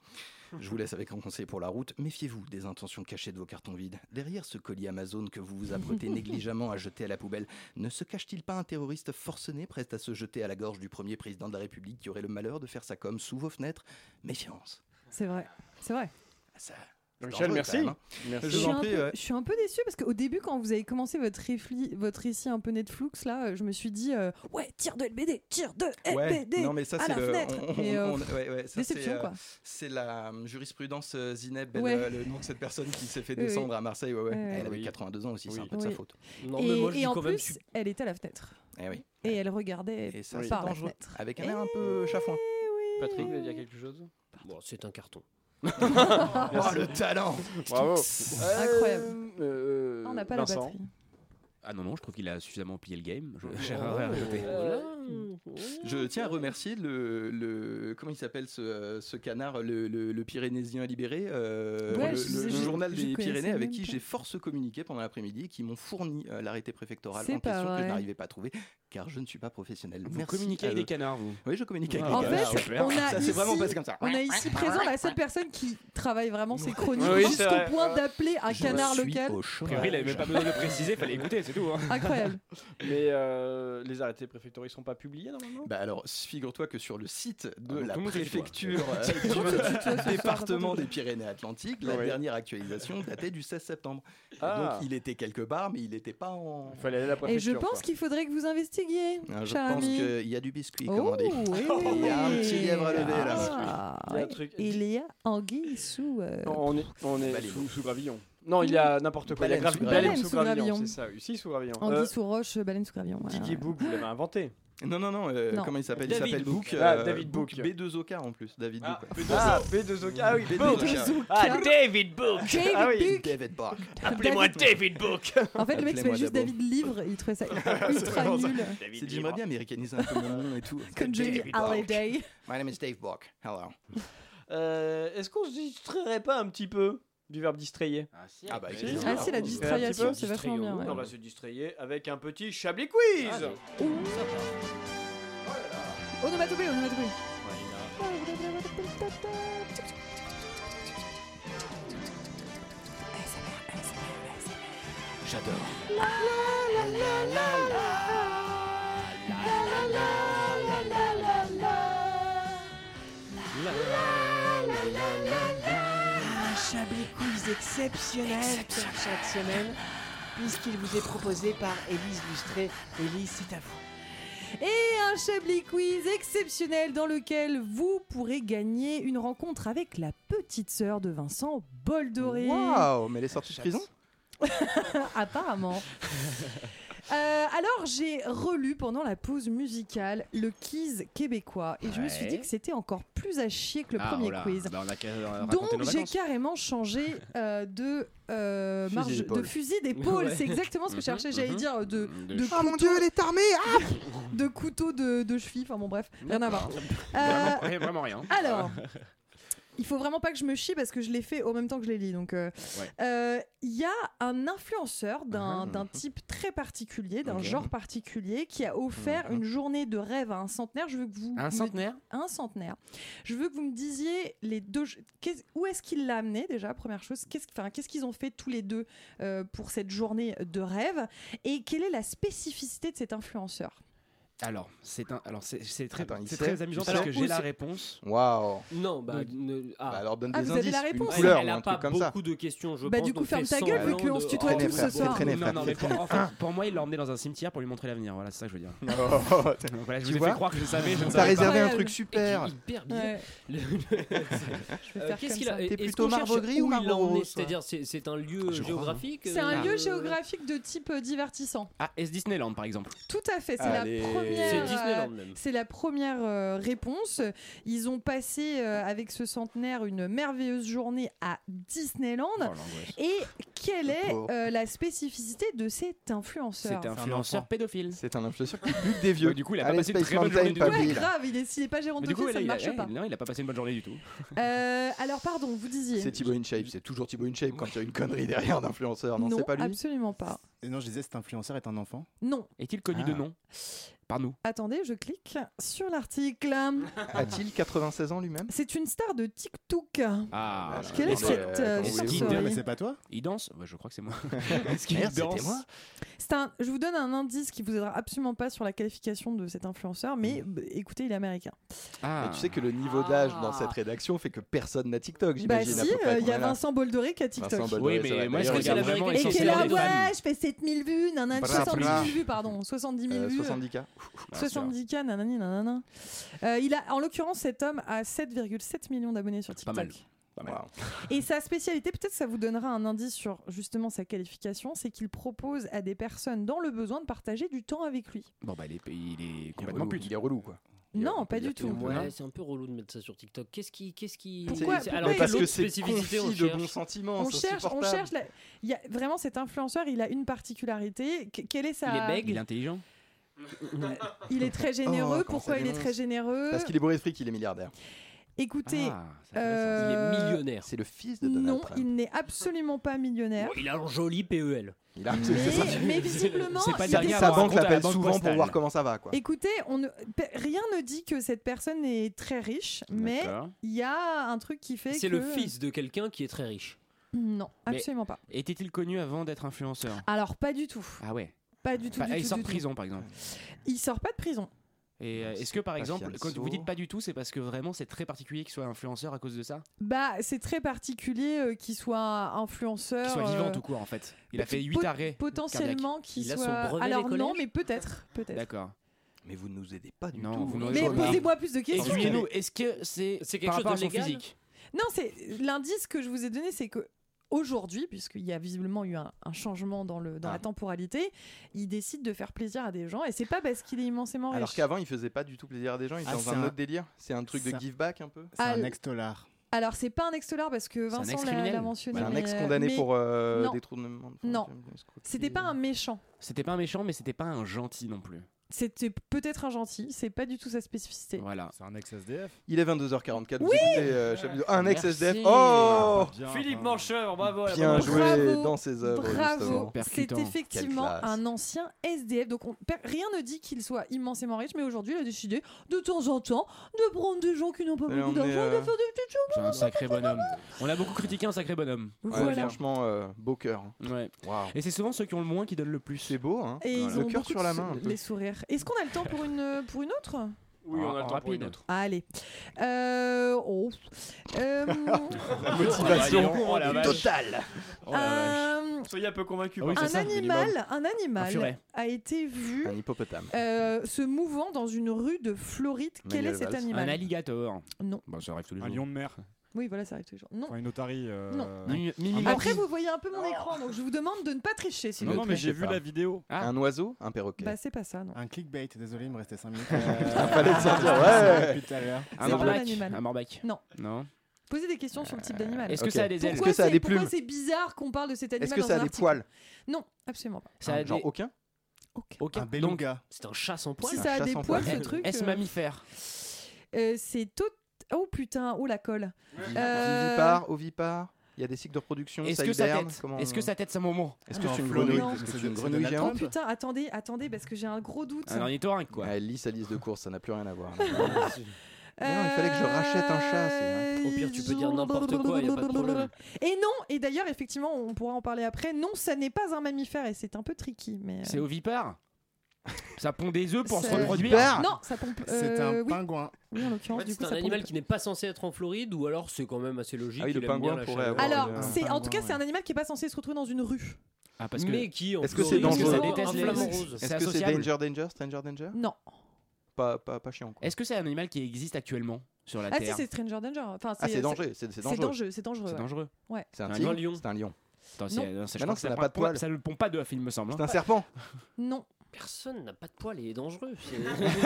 Speaker 13: Je vous laisse avec un conseil pour la route. Méfiez-vous des intentions cachées de vos cartons vides. Derrière ce colis Amazon que vous vous
Speaker 14: [laughs]
Speaker 13: apprêtez négligemment à jeter à la poubelle, ne se cache-t-il pas un terroriste forcené prêt à se jeter à la gorge du premier président de la République qui aurait le malheur de faire sa com sous vos fenêtres Méfiance. Ah,
Speaker 14: C'est vrai, c'est vrai.
Speaker 13: Ça-
Speaker 1: Michel,
Speaker 13: c'est dangereux,
Speaker 1: merci.
Speaker 13: quand même, hein.
Speaker 1: Merci.
Speaker 13: Je
Speaker 14: Je
Speaker 13: vous
Speaker 14: suis,
Speaker 13: en
Speaker 14: un
Speaker 13: prie,
Speaker 14: peu,
Speaker 13: euh,
Speaker 14: je suis un peu déçue parce qu'au début, quand vous avez commencé votre, réfli- votre récit un peu Netflix, là, euh, je me suis dit euh, Ouais, tire de LBD, tire de
Speaker 13: Ouais,
Speaker 14: LBD
Speaker 13: non mais ça
Speaker 14: Eh, à
Speaker 13: c'est
Speaker 14: la
Speaker 13: le
Speaker 14: fenêtre.
Speaker 13: on- on-
Speaker 14: Mais, euh,
Speaker 13: on- ouais, ouais, ça, c'est,
Speaker 14: déception,
Speaker 13: euh,
Speaker 14: quoi.
Speaker 13: C'est la euh, jurisprudence euh, Zineb Ben,
Speaker 14: Ouais.
Speaker 13: euh, le nom de cette personne qui s'est fait
Speaker 14: Oui, oui.
Speaker 13: descendre à Marseille. ouais, ouais.
Speaker 14: Ouais,
Speaker 13: Elle
Speaker 14: ouais.
Speaker 13: avait 82 ans aussi, c'est un peu de
Speaker 14: Oui.
Speaker 13: sa faute.
Speaker 14: et et en plus, elle était à la fenêtre.
Speaker 13: Eh oui.
Speaker 14: Et elle regardait
Speaker 13: Et ça, c'est
Speaker 14: par la
Speaker 13: dangereux. Ah,
Speaker 14: fenêtre.
Speaker 13: Avec un air un peu chafouin.
Speaker 1: Patrick, vous voulez dire quelque chose
Speaker 16: Bon, c'est un carton.
Speaker 13: Oh, le talent
Speaker 1: Bravo.
Speaker 14: Incroyable.
Speaker 1: euh,
Speaker 14: Ah, on n'a pas la
Speaker 1: Vincent.
Speaker 14: batterie.
Speaker 15: Ah non, non, je trouve qu'il a suffisamment plié le game. Je- J'ai
Speaker 13: Oh.
Speaker 15: rien à rajouter.
Speaker 14: Euh,
Speaker 13: Je tiens à remercier le, le- comment il s'appelle ce, euh, ce canard, le, le- le Pyrénésien libéré, euh,
Speaker 14: Ouais,
Speaker 13: le,
Speaker 14: je-
Speaker 13: le- le
Speaker 14: je-
Speaker 13: journal
Speaker 14: je
Speaker 13: des
Speaker 14: connaissais
Speaker 13: Pyrénées avec
Speaker 14: même
Speaker 13: qui
Speaker 14: pas.
Speaker 13: j'ai force communiqué pendant l'après-midi et qui m'ont fourni euh, l'arrêté préfectoral
Speaker 14: C'est
Speaker 13: en
Speaker 14: pas
Speaker 13: question que
Speaker 14: vrai.
Speaker 13: je n'arrivais pas à trouver car je ne suis pas professionnel.
Speaker 15: Vous
Speaker 13: Merci
Speaker 15: communiquez
Speaker 13: à
Speaker 15: avec des
Speaker 13: eux.
Speaker 15: canards, vous
Speaker 13: Oui, je communique avec
Speaker 15: Ah,
Speaker 13: des
Speaker 15: bah,
Speaker 13: canards.
Speaker 15: super.
Speaker 14: On a
Speaker 13: ça
Speaker 14: ici,
Speaker 13: c'est vraiment passé comme ça.
Speaker 14: On a ici présent la seule personne qui travaille vraiment ses chroniques
Speaker 13: Oui, c'est
Speaker 14: jusqu'au
Speaker 13: vrai.
Speaker 14: point d'appeler un
Speaker 13: Je
Speaker 14: canard
Speaker 13: suis
Speaker 14: local.
Speaker 13: au
Speaker 15: A
Speaker 13: chômage.
Speaker 15: priori, il avait même pas besoin de le préciser, fallait écouter, c'est tout. hein.
Speaker 14: Incroyable.
Speaker 1: Mais euh, les arrêtés préfectoraux, ils sont pas publié normalement
Speaker 13: Bah alors, figure-toi que sur le site de
Speaker 1: Ah, donc
Speaker 13: la
Speaker 1: tout le monde crie, quoi. [laughs]
Speaker 13: préfecture euh,
Speaker 1: C'est tout le monde crie, toi, ce
Speaker 13: du
Speaker 1: soir,
Speaker 13: département
Speaker 1: n'importe
Speaker 13: des
Speaker 1: quoi.
Speaker 13: Pyrénées-Atlantiques, la
Speaker 1: Ouais.
Speaker 13: dernière actualisation datait du 16 septembre. Et
Speaker 1: Ah.
Speaker 13: Donc il était quelque part, mais il n'était pas en. Il
Speaker 1: fallait aller à la
Speaker 14: Et je pense qu'il faudrait que vous investiguiez,
Speaker 13: Ah, je
Speaker 14: cher
Speaker 13: pense
Speaker 14: ami. Oh,
Speaker 13: qu'il y a du biscuit, comme on dit.
Speaker 14: oui.
Speaker 13: [laughs] Il y a un petit lièvre à lever là.
Speaker 14: Ah,
Speaker 1: Il y a un
Speaker 14: oui.
Speaker 1: truc-
Speaker 14: Il y a anguille sous. euh,
Speaker 1: On est, on est
Speaker 13: Baleine.
Speaker 1: sous, sous gravillon. Non, il y a n'importe quoi. Il y a
Speaker 13: Baleine
Speaker 1: grave-
Speaker 13: sous
Speaker 1: baleine sous
Speaker 13: gravillon.
Speaker 14: Baleine sous
Speaker 1: gravillon,
Speaker 14: gravillon.
Speaker 1: c'est ça. Si, sous gravillon.
Speaker 14: Anguille
Speaker 1: Euh,
Speaker 14: sous roche, euh, baleine sous gravillon. ouais,
Speaker 1: Didier
Speaker 14: ouais.
Speaker 1: Bouc, vous l'avez inventé.
Speaker 13: Non, non, non, euh,
Speaker 1: Non.
Speaker 13: comment il s'appelle Il
Speaker 1: David
Speaker 13: s'appelle
Speaker 1: Book.
Speaker 13: Book.
Speaker 1: Ah, David Book.
Speaker 13: B2OK en plus, David
Speaker 1: Ah,
Speaker 13: Book.
Speaker 1: B2O. Ah, B2OK. Ah oui,
Speaker 13: B2OK.
Speaker 1: B2O.
Speaker 16: Ah, David Book
Speaker 14: David
Speaker 16: Ah oui.
Speaker 14: Book.
Speaker 13: David Book.
Speaker 16: Appelez-moi David Book
Speaker 14: En fait, le mec s'appelle
Speaker 13: Appelez-moi
Speaker 14: juste
Speaker 13: d'abord.
Speaker 14: David Livre. Il trouvait ça
Speaker 13: [laughs] C'est
Speaker 14: ultra
Speaker 13: vraiment ça.
Speaker 14: nul.
Speaker 13: C'est j'aimerais bien américaniser un peu mon nom et tout.
Speaker 14: Comme Johnny
Speaker 13: David Book.
Speaker 14: Halliday.
Speaker 13: My name is Dave Book. Hello.
Speaker 1: Euh, Est-ce qu'on se distrairait pas un petit peu du verbe distrayer
Speaker 13: Ah bah,
Speaker 1: Si.
Speaker 13: évidemment. Ah si,
Speaker 1: On
Speaker 13: la
Speaker 1: se distrairait un petit
Speaker 14: distrayation,
Speaker 1: peu
Speaker 14: c'est vachement bien, ouais.
Speaker 1: Ah, On
Speaker 16: bah,
Speaker 1: va se distrayer avec un petit Chablis Quiz
Speaker 14: Onomatopée, onomatopée.
Speaker 15: J'adore.
Speaker 20: Un Chablis Quiz exceptionnel, comme chaque semaine, puisqu'il vous est proposé par Élise Lustré. Élise, c'est à vous.
Speaker 14: Et un Chablis Quiz exceptionnel dans lequel vous pourrez gagner une rencontre avec la petite sœur de Vincent Boldoré.
Speaker 13: Waouh, mais elle est sortie de prison
Speaker 14: [laughs]
Speaker 15: [laughs]
Speaker 14: Apparemment. Euh, alors j'ai relu pendant la pause musicale le quiz québécois et je me suis
Speaker 15: Ouais.
Speaker 14: dit que c'était encore plus à chier que le
Speaker 15: Ah,
Speaker 14: premier
Speaker 15: oh là,
Speaker 14: quiz.
Speaker 15: bah, on a qu'à, euh, raconter nos
Speaker 14: Donc j'ai
Speaker 15: vacances.
Speaker 14: carrément changé euh, de euh,
Speaker 15: Fusil
Speaker 14: marge
Speaker 15: d'épaule.
Speaker 14: de fusil
Speaker 15: [laughs]
Speaker 14: d'épaule.
Speaker 15: Ouais.
Speaker 14: C'est exactement ce que je
Speaker 15: Mhm,
Speaker 14: cherchais. J'allais
Speaker 15: mhm.
Speaker 14: dire euh, de,
Speaker 15: De-
Speaker 14: de
Speaker 15: Ah, mon
Speaker 14: Dieu, elle est armée
Speaker 15: ah
Speaker 14: [laughs] De couteau de, de cheville. Enfin bon bref, rien à voir. Euh,
Speaker 15: [laughs] Vraiment, rien, vraiment rien.
Speaker 14: alors,
Speaker 15: Ah.
Speaker 14: il faut vraiment pas que je me chie parce que je l'ai fait au même temps que je l'ai lis. Donc, euh,
Speaker 15: Ouais. Ah.
Speaker 14: euh, il y a un influenceur d'un d'un type très particulier, d'un
Speaker 15: Ok. Mhm.
Speaker 14: genre particulier, qui a offert une journée de rêve à un centenaire. Je veux que vous
Speaker 15: Un
Speaker 14: me-
Speaker 15: centenaire
Speaker 14: un centenaire. Je veux que vous me disiez les deux. qu'est-ce- où est-ce qu'il l'a amené déjà Première chose, qu'est-ce enfin, qu'est-ce qu'ils ont fait tous les deux euh, pour cette journée de rêve et quelle est la spécificité de cet influenceur
Speaker 15: Alors, c'est un, alors c'est, c'est très,
Speaker 13: il
Speaker 15: c'est
Speaker 13: sait,
Speaker 15: très amusant
Speaker 13: il sait.
Speaker 15: parce que j'ai
Speaker 13: Où
Speaker 15: la
Speaker 13: c'est-
Speaker 15: réponse.
Speaker 13: Waouh.
Speaker 16: Non, bah.
Speaker 15: Donc-
Speaker 16: ne- ah.
Speaker 13: Bah alors donne
Speaker 14: Ah,
Speaker 13: des
Speaker 14: vous avez
Speaker 13: indices,
Speaker 14: la
Speaker 13: une
Speaker 14: réponse.
Speaker 13: couleur
Speaker 16: Elle
Speaker 13: ou
Speaker 16: a
Speaker 13: un
Speaker 16: pas
Speaker 13: truc comme ça. [laughs]
Speaker 16: beaucoup de questions, je
Speaker 14: Bah,
Speaker 16: pense.
Speaker 14: du coup,
Speaker 16: donc
Speaker 14: ferme
Speaker 16: fais
Speaker 14: ta gueule, vu
Speaker 16: semblant
Speaker 14: qu'on se
Speaker 16: de-
Speaker 14: tutoie
Speaker 16: Oh,
Speaker 14: tous ce
Speaker 16: frère,
Speaker 14: soir.
Speaker 13: Traînez,
Speaker 15: non,
Speaker 13: frère,
Speaker 15: non, mais pour, enfin, pour moi, il l'a emmené dans un cimetière pour lui montrer l'avenir. Voilà, c'est ça que je [laughs] veux dire. Donc voilà, je
Speaker 13: Tu
Speaker 15: vous ai
Speaker 13: vois
Speaker 15: fait croire que je savais. Je
Speaker 13: T'as
Speaker 15: ne savais pas.
Speaker 13: Oh, réservé un
Speaker 14: Incroyable.
Speaker 13: truc super.
Speaker 16: Qui est hyper bizarre.
Speaker 14: Ouais. vais
Speaker 16: Le- Euh,
Speaker 14: faire
Speaker 16: Qu'est-ce
Speaker 14: comme
Speaker 16: qu'il a
Speaker 14: ça.
Speaker 16: est-ce
Speaker 13: T'es plutôt
Speaker 16: qu'on cherche
Speaker 13: marbre gris
Speaker 16: où
Speaker 13: ou
Speaker 16: il l'a
Speaker 13: marbre
Speaker 16: emmené
Speaker 13: rose,
Speaker 16: C'est-à-dire, c'est c'est un lieu
Speaker 13: Je crois.
Speaker 16: géographique
Speaker 14: C'est un
Speaker 16: euh,
Speaker 14: lieu géographique de type euh, divertissant.
Speaker 15: Ah, est-ce Disneyland par exemple
Speaker 14: Tout à fait, c'est la
Speaker 13: Allez.
Speaker 14: première.
Speaker 16: C'est
Speaker 14: euh,
Speaker 16: Disneyland même.
Speaker 14: c'est la première euh, réponse. Ils ont passé euh, avec ce centenaire une merveilleuse journée à Disneyland.
Speaker 15: Oh, l'angoisse.
Speaker 14: Et quelle est
Speaker 13: pauvre.
Speaker 14: euh, la spécificité de cet influenceur
Speaker 15: C'est un influenceur pédophile.
Speaker 13: C'est un influenceur qui bute des vieux.
Speaker 15: Donc, du coup, il a pas
Speaker 13: Allez,
Speaker 15: passé une
Speaker 13: Space
Speaker 15: très bonne journée
Speaker 13: Mountain,
Speaker 15: du
Speaker 13: papy,
Speaker 14: Ouais,
Speaker 13: là.
Speaker 14: grave, il est, s'il n'est pas gérant de
Speaker 15: Mais du coup,
Speaker 14: dossier,
Speaker 15: elle
Speaker 14: ça
Speaker 15: a-
Speaker 14: ne
Speaker 15: il a-
Speaker 14: marche
Speaker 15: eh,
Speaker 14: pas.
Speaker 15: non, il a pas passé une bonne journée du tout.
Speaker 14: Euh, alors, pardon, vous disiez.
Speaker 13: C'est Thibaut InShape, c'est toujours Thibaut InShape quand il y a une connerie derrière d'influenceur, non, c'est pas lui
Speaker 14: absolument pas.
Speaker 18: Et Euh, non, je disais, cet influenceur est un enfant.
Speaker 14: Non.
Speaker 15: Est-il connu
Speaker 13: Ah.
Speaker 15: de nom Par nous.
Speaker 14: Attendez, je clique sur l'article.
Speaker 13: A-t-il 96 ans lui-même
Speaker 14: C'est une star de TikTok.
Speaker 15: Ah,
Speaker 13: Parce
Speaker 14: Quelle est
Speaker 13: Attendez,
Speaker 14: cette
Speaker 13: euh,
Speaker 14: euh,
Speaker 13: comment
Speaker 15: est-ce qu'il
Speaker 14: sorcellerie
Speaker 15: dort,
Speaker 18: Mais c'est pas toi
Speaker 15: il danse Ouais, Je crois que [laughs] c'est moi. Est-ce
Speaker 13: Merde, c'était moi
Speaker 14: C'est un- je vous donne un indice qui vous aidera absolument pas sur la qualification de cet influenceur, mais
Speaker 13: Mm.
Speaker 14: bah, écoutez, il est américain.
Speaker 15: Ah,
Speaker 13: Mais tu sais que le niveau d'âge dans
Speaker 16: Ah.
Speaker 13: cette rédaction fait que personne n'a TikTok,
Speaker 14: Bah
Speaker 13: j'imagine.
Speaker 14: si,
Speaker 13: à peu
Speaker 14: euh, il
Speaker 13: près
Speaker 14: y a
Speaker 13: combien, là
Speaker 14: Vincent Boldoré qui a
Speaker 13: Vincent
Speaker 14: TikTok.
Speaker 13: Boldoré,
Speaker 15: Oui, mais
Speaker 13: c'est vrai,
Speaker 15: moi, je
Speaker 13: d'ailleurs,
Speaker 15: regarde
Speaker 13: il a-
Speaker 15: vraiment
Speaker 14: Et
Speaker 15: essentiellement
Speaker 14: qui est
Speaker 15: les
Speaker 14: là,
Speaker 15: fans.
Speaker 14: ouais, je fais 7000 vues, nanana,
Speaker 13: Bravo.
Speaker 14: 70 000 vues, pardon, 70 000
Speaker 13: Euh,
Speaker 14: vues,
Speaker 13: 70K.
Speaker 14: 70 k nanani, nanana. Euh, il a, en l'occurrence, cet homme a 7,7 millions d'abonnés sur
Speaker 15: Pas
Speaker 14: TikTok.
Speaker 15: mal. Pas mal.
Speaker 13: Waouh.
Speaker 14: Et sa spécialité, peut-être ça vous donnera un indice sur justement sa qualification, c'est qu'il propose à des personnes dans le besoin de partager du temps avec lui.
Speaker 15: Bon, bah, il est, il est
Speaker 13: Il est
Speaker 15: complètement
Speaker 13: relou,
Speaker 15: pute.
Speaker 13: Il est relou, quoi. Il y a-
Speaker 14: Non, pas
Speaker 13: il y a
Speaker 14: du tout.
Speaker 13: tellement-
Speaker 16: Ouais, c'est un peu relou de mettre ça sur TikTok. Qu'est-ce qui. Qu'est-ce qui...
Speaker 14: Pourquoi-
Speaker 16: c'est-
Speaker 14: pourquoi
Speaker 16: Alors,
Speaker 14: il-
Speaker 16: quelle
Speaker 13: Parce que
Speaker 16: autre
Speaker 13: c'est
Speaker 16: spécificité on
Speaker 13: confit de
Speaker 16: cherche
Speaker 13: bons sentiments, [laughs]
Speaker 14: On
Speaker 13: c'est
Speaker 14: cherche, on
Speaker 13: insupportable.
Speaker 14: cherche. la- Il y a vraiment cet influenceur, il a une particularité. Que- quelle Ah, est sa
Speaker 16: Il est bègue.
Speaker 15: Il est intelligent.
Speaker 14: Il est très généreux.
Speaker 13: Oh, comment
Speaker 14: Pourquoi
Speaker 13: ça
Speaker 14: il est
Speaker 13: dénonce.
Speaker 14: très généreux
Speaker 13: Parce qu'il est bourré de fric, il est milliardaire.
Speaker 14: Écoutez,
Speaker 15: Ah, c'est intéressant.
Speaker 14: euh,
Speaker 16: Il est millionnaire.
Speaker 13: C'est le fils de Donald
Speaker 14: non,
Speaker 13: Trump.
Speaker 14: il n'est absolument pas millionnaire.
Speaker 16: [laughs] Bon, il a un joli E PEL.
Speaker 13: Il a-
Speaker 14: Mais, mais visiblement,
Speaker 15: C'est pas
Speaker 14: il
Speaker 15: derrière
Speaker 14: est-
Speaker 15: à
Speaker 13: Sa
Speaker 15: avoir un
Speaker 13: banque
Speaker 15: compte à la
Speaker 13: l'appelle
Speaker 15: banque
Speaker 13: souvent pour
Speaker 15: postale.
Speaker 13: voir comment ça va, quoi.
Speaker 14: Écoutez, on ne- pe- rien ne dit que cette personne est très riche, mais
Speaker 15: D'accord.
Speaker 14: il y a un truc qui fait que
Speaker 16: C'est le fils de quelqu'un qui est très riche.
Speaker 14: Non,
Speaker 15: Mais-
Speaker 14: absolument pas.
Speaker 15: Était-il connu avant d'être influenceur
Speaker 14: Alors pas du tout,
Speaker 15: Ah ouais.
Speaker 14: pas du tout.
Speaker 15: Bah,
Speaker 14: du
Speaker 15: il
Speaker 14: tout,
Speaker 15: sort
Speaker 14: du
Speaker 15: de
Speaker 14: tout.
Speaker 15: prison par exemple.
Speaker 14: Il sort pas de prison.
Speaker 15: Et euh,
Speaker 19: Non,
Speaker 15: est-ce
Speaker 19: c'est
Speaker 15: que par
Speaker 19: pas
Speaker 15: exemple, quand
Speaker 19: Fianso.
Speaker 15: vous dites pas du tout, c'est parce que vraiment c'est très particulier qu'il soit influenceur à cause de ça
Speaker 14: Bah, c'est très particulier euh, qu'il soit influenceur.
Speaker 15: Qu'il soit vivant
Speaker 14: euh,
Speaker 15: tout court en fait. Il a
Speaker 14: pot-
Speaker 15: fait 8 arrêts.
Speaker 14: Potentiellement
Speaker 15: cardiaques.
Speaker 14: qu'il soit. Alors non, mais peut-être. Peut-être.
Speaker 15: D'accord.
Speaker 13: Mais vous nous aidez pas du
Speaker 15: non,
Speaker 13: tout.
Speaker 15: Vous nous
Speaker 14: Mais
Speaker 15: aidez pas.
Speaker 14: posez-moi plus de questions.
Speaker 15: Expliquez-nous, est-ce que c'est
Speaker 16: C'est quelque
Speaker 15: par
Speaker 16: chose
Speaker 15: rapport
Speaker 16: de
Speaker 15: à son
Speaker 16: légal
Speaker 15: physique
Speaker 14: Non, c'est l'indice que je vous ai donné, c'est que aujourd'hui, puisqu'il y a visiblement eu un, un changement dans, le,
Speaker 15: Ah.
Speaker 14: dans la temporalité, il décide de faire plaisir à des gens et c'est pas parce qu'il est immensément
Speaker 13: Alors
Speaker 14: riche.
Speaker 13: qu'avant, il faisait pas du tout plaisir à des gens, il était
Speaker 18: Ah,
Speaker 13: dans
Speaker 18: c'est
Speaker 13: un
Speaker 18: un-
Speaker 13: autre délire. C'est un truc de
Speaker 18: ça-
Speaker 13: give back un peu
Speaker 14: C'est un Ah, l-
Speaker 13: ex-dollar.
Speaker 14: Alors c'est pas un ex-dollar parce que
Speaker 13: un
Speaker 14: Vincent l'a-
Speaker 13: ex-criminel.
Speaker 14: l'a mentionné.
Speaker 13: C'est un
Speaker 14: mais-
Speaker 13: ex condamné
Speaker 14: mais-
Speaker 13: pour euh,
Speaker 14: non.
Speaker 13: détournement.
Speaker 14: Non, c'était pas un méchant.
Speaker 15: C'était pas un méchant, mais c'était pas un gentil non plus.
Speaker 14: C'était peut-être un gentil, c'est pas du tout sa spécificité.
Speaker 15: Voilà.
Speaker 17: C'est un ex-SDF.
Speaker 13: Il est 22h44. Vous
Speaker 14: Oui
Speaker 13: écoutez euh, Chablis- Un ex SDF.
Speaker 14: Merci.
Speaker 13: Oh
Speaker 16: Philippe Mancheur, bravo. à la
Speaker 13: Bien
Speaker 16: bonne
Speaker 13: joué
Speaker 16: réponse.
Speaker 13: dans ses œuvres.
Speaker 14: Bravo,
Speaker 13: justement.
Speaker 14: c'est effectivement
Speaker 13: Quelle classe.
Speaker 14: un ancien SDF. Donc on- per- rien ne dit qu'il soit immensément riche, mais aujourd'hui il a décidé de temps en temps de prendre des gens qui n'ont pas
Speaker 15: D'aller
Speaker 14: beaucoup
Speaker 15: emmener,
Speaker 14: d'argent, et
Speaker 15: euh,
Speaker 14: de faire des petites choses.
Speaker 15: C'est un sacré bonhomme. On a beaucoup critiqué un sacré bonhomme.
Speaker 13: Ouais, Franchement, euh, beau cœur.
Speaker 15: Ouais.
Speaker 13: Waouh.
Speaker 15: Et c'est souvent ceux qui ont le moins qui donnent le plus. C'est
Speaker 13: beau, hein
Speaker 14: Et ils
Speaker 13: Le
Speaker 14: ont
Speaker 13: cœur
Speaker 14: beaucoup
Speaker 13: sur
Speaker 14: de
Speaker 13: la
Speaker 14: sou-
Speaker 13: main. un peu.
Speaker 14: Les sourires. Est-ce qu'on a le temps pour une, pour une
Speaker 13: [laughs]
Speaker 14: autre
Speaker 1: Oui, on a le temps pour une autre.
Speaker 14: Allez. Euh, oh.
Speaker 13: [laughs]
Speaker 14: Euh,
Speaker 1: La
Speaker 15: [laughs]
Speaker 13: motivation
Speaker 1: oh, la vache.
Speaker 13: totale.
Speaker 14: Euh,
Speaker 1: Soyez un peu convaincu.
Speaker 13: oui,
Speaker 1: par
Speaker 14: un,
Speaker 1: Ah ça.
Speaker 14: animal, un
Speaker 13: Un
Speaker 14: animal
Speaker 13: furet.
Speaker 14: a été vu
Speaker 13: Un hippopotame.
Speaker 14: euh, se mouvant dans une rue de Floride. Quel est cet animal
Speaker 15: Un alligator.
Speaker 14: Non.
Speaker 15: Bon, ça arrive tous les
Speaker 17: Un
Speaker 15: jours.
Speaker 17: lion de mer.
Speaker 14: Oui, voilà, ça arrive toujours. Non.
Speaker 17: Enfin, une otarie. euh,
Speaker 14: Non.
Speaker 15: Mi- mi-
Speaker 17: un
Speaker 14: Après,
Speaker 17: mantis.
Speaker 14: vous voyez un peu mon écran, donc je vous demande de ne pas tricher. s'il
Speaker 17: Non,
Speaker 14: vous
Speaker 17: non,
Speaker 14: plaît.
Speaker 17: mais j'ai vu la vidéo.
Speaker 13: Un oiseau Un perroquet
Speaker 14: ah. Bah, c'est pas ça, non.
Speaker 18: Un clickbait, désolé, il me restait
Speaker 20: [laughs]
Speaker 18: 5 minutes.
Speaker 13: fallait le sortir, ouais.
Speaker 18: Depuis tout à
Speaker 13: Ah,
Speaker 18: l'heure.
Speaker 14: C'est pas un animal.
Speaker 15: Un morbac.
Speaker 14: Non.
Speaker 15: Non.
Speaker 14: Posez des questions sur le type d'animal.
Speaker 15: Est-ce que Ok. ça a des ailes
Speaker 14: Pourquoi
Speaker 15: Est-ce que ça a
Speaker 14: c'est-
Speaker 15: des
Speaker 14: Pourquoi
Speaker 15: plumes
Speaker 14: c'est bizarre qu'on parle de cet animal
Speaker 13: Est-ce que
Speaker 14: dans
Speaker 13: ça a
Speaker 14: un
Speaker 13: des
Speaker 14: article
Speaker 13: poils
Speaker 14: Non, absolument pas.
Speaker 15: Ça a
Speaker 13: Genre
Speaker 15: des-
Speaker 13: aucun
Speaker 15: Aucun.
Speaker 18: Un beluga.
Speaker 15: Donc,
Speaker 16: C'est un chat sans Eh, poil.
Speaker 14: Si ça a
Speaker 13: chasse
Speaker 14: des
Speaker 13: en
Speaker 14: poils,
Speaker 13: poil.
Speaker 14: ce truc.
Speaker 15: Est-ce
Speaker 14: euh,
Speaker 15: mammifère
Speaker 14: euh, C'est tout. Oh putain, oh la colle. Euh,
Speaker 13: Vivipare, ovipare. Il y a des cycles de reproduction.
Speaker 15: Est-ce
Speaker 13: ça
Speaker 15: que sa
Speaker 13: hiberne,
Speaker 15: tête
Speaker 13: comment-
Speaker 15: Est-ce que sa tête c'est un moment
Speaker 13: Est-ce que
Speaker 15: Ah,
Speaker 13: c'est une
Speaker 15: Flo,
Speaker 13: grenouille
Speaker 14: non.
Speaker 13: Est-ce que
Speaker 18: C'est
Speaker 13: c'est une
Speaker 18: de-
Speaker 13: grenouille
Speaker 18: c'est de la
Speaker 14: Oh
Speaker 13: géante
Speaker 14: putain, attendez, attendez, parce que j'ai un gros doute.
Speaker 15: Un ornithorynque quoi.
Speaker 13: Ah, Elle lit sa liste de courses, ça n'a plus rien à
Speaker 14: [laughs]
Speaker 13: voir. Mais non,
Speaker 14: Euh,
Speaker 13: il fallait que je rachète un chat. c'est-
Speaker 16: Au pire, tu peux dire n'importe quoi, y a pas de problème.
Speaker 14: Et euh, non, et d'ailleurs, effectivement, on pourra en parler après. Non, ça n'est pas un mammifère et c'est un peu tricky. Mais euh,
Speaker 15: C'est ovipare Ça pond des œufs pour se
Speaker 14: c'est-
Speaker 15: reproduire
Speaker 14: Non, ça pompe.
Speaker 18: C'est
Speaker 14: euh,
Speaker 18: un
Speaker 14: oui.
Speaker 18: pingouin.
Speaker 14: Oui, en
Speaker 16: En
Speaker 14: l'occurrence,
Speaker 16: fait,
Speaker 14: du coup,
Speaker 16: c'est un
Speaker 14: ça pompe.
Speaker 16: animal qui n'est pas censé être en Floride ou alors c'est quand même assez logique.
Speaker 13: Ah oui, le
Speaker 16: il aime bien
Speaker 13: pingouin
Speaker 16: la
Speaker 13: pourrait
Speaker 16: chaleur.
Speaker 13: avoir
Speaker 14: Alors,
Speaker 13: euh,
Speaker 14: c'est en tout cas,
Speaker 18: pingouin,
Speaker 14: c'est un animal qui est pas censé se retrouver dans une rue.
Speaker 15: Ah, parce que.
Speaker 16: Mais qui en
Speaker 13: Est-ce que c'est
Speaker 16: Floride,
Speaker 13: dangereux
Speaker 16: ça
Speaker 15: Déteste
Speaker 16: déteste
Speaker 15: les-
Speaker 16: les
Speaker 15: Est-ce
Speaker 16: rose.
Speaker 15: C'est
Speaker 13: Est-ce que c'est
Speaker 15: associable.
Speaker 13: Danger Danger Stranger Danger
Speaker 14: Non.
Speaker 13: pas, pas, pas chiant quoi.
Speaker 15: Est-ce que c'est un animal qui existe actuellement sur la
Speaker 14: Ah si,
Speaker 15: Terre
Speaker 14: c'est Stranger Danger. Enfin,
Speaker 13: Ah, c'est dangereux, c'est- c'est
Speaker 14: C'est
Speaker 13: dangereux.
Speaker 14: dangereux, c'est dangereux.
Speaker 15: C'est
Speaker 14: ouais.
Speaker 15: dangereux.
Speaker 14: Ouais.
Speaker 13: C'est un
Speaker 15: Un
Speaker 13: tigre
Speaker 16: lion.
Speaker 13: C'est un lion.
Speaker 15: Attends,
Speaker 14: Non.
Speaker 15: c'est- non, c'est- je
Speaker 13: Bah
Speaker 15: crois
Speaker 13: non,
Speaker 15: que
Speaker 13: ça
Speaker 15: ça
Speaker 13: n'a
Speaker 15: pompe-
Speaker 13: pas de poils.
Speaker 15: Ça ne pompe pas d'œufs, il me semble. hein.
Speaker 13: C'est un serpent.
Speaker 14: Non.
Speaker 16: Personne n'a pas de poils et est dangereux. c'est- [laughs]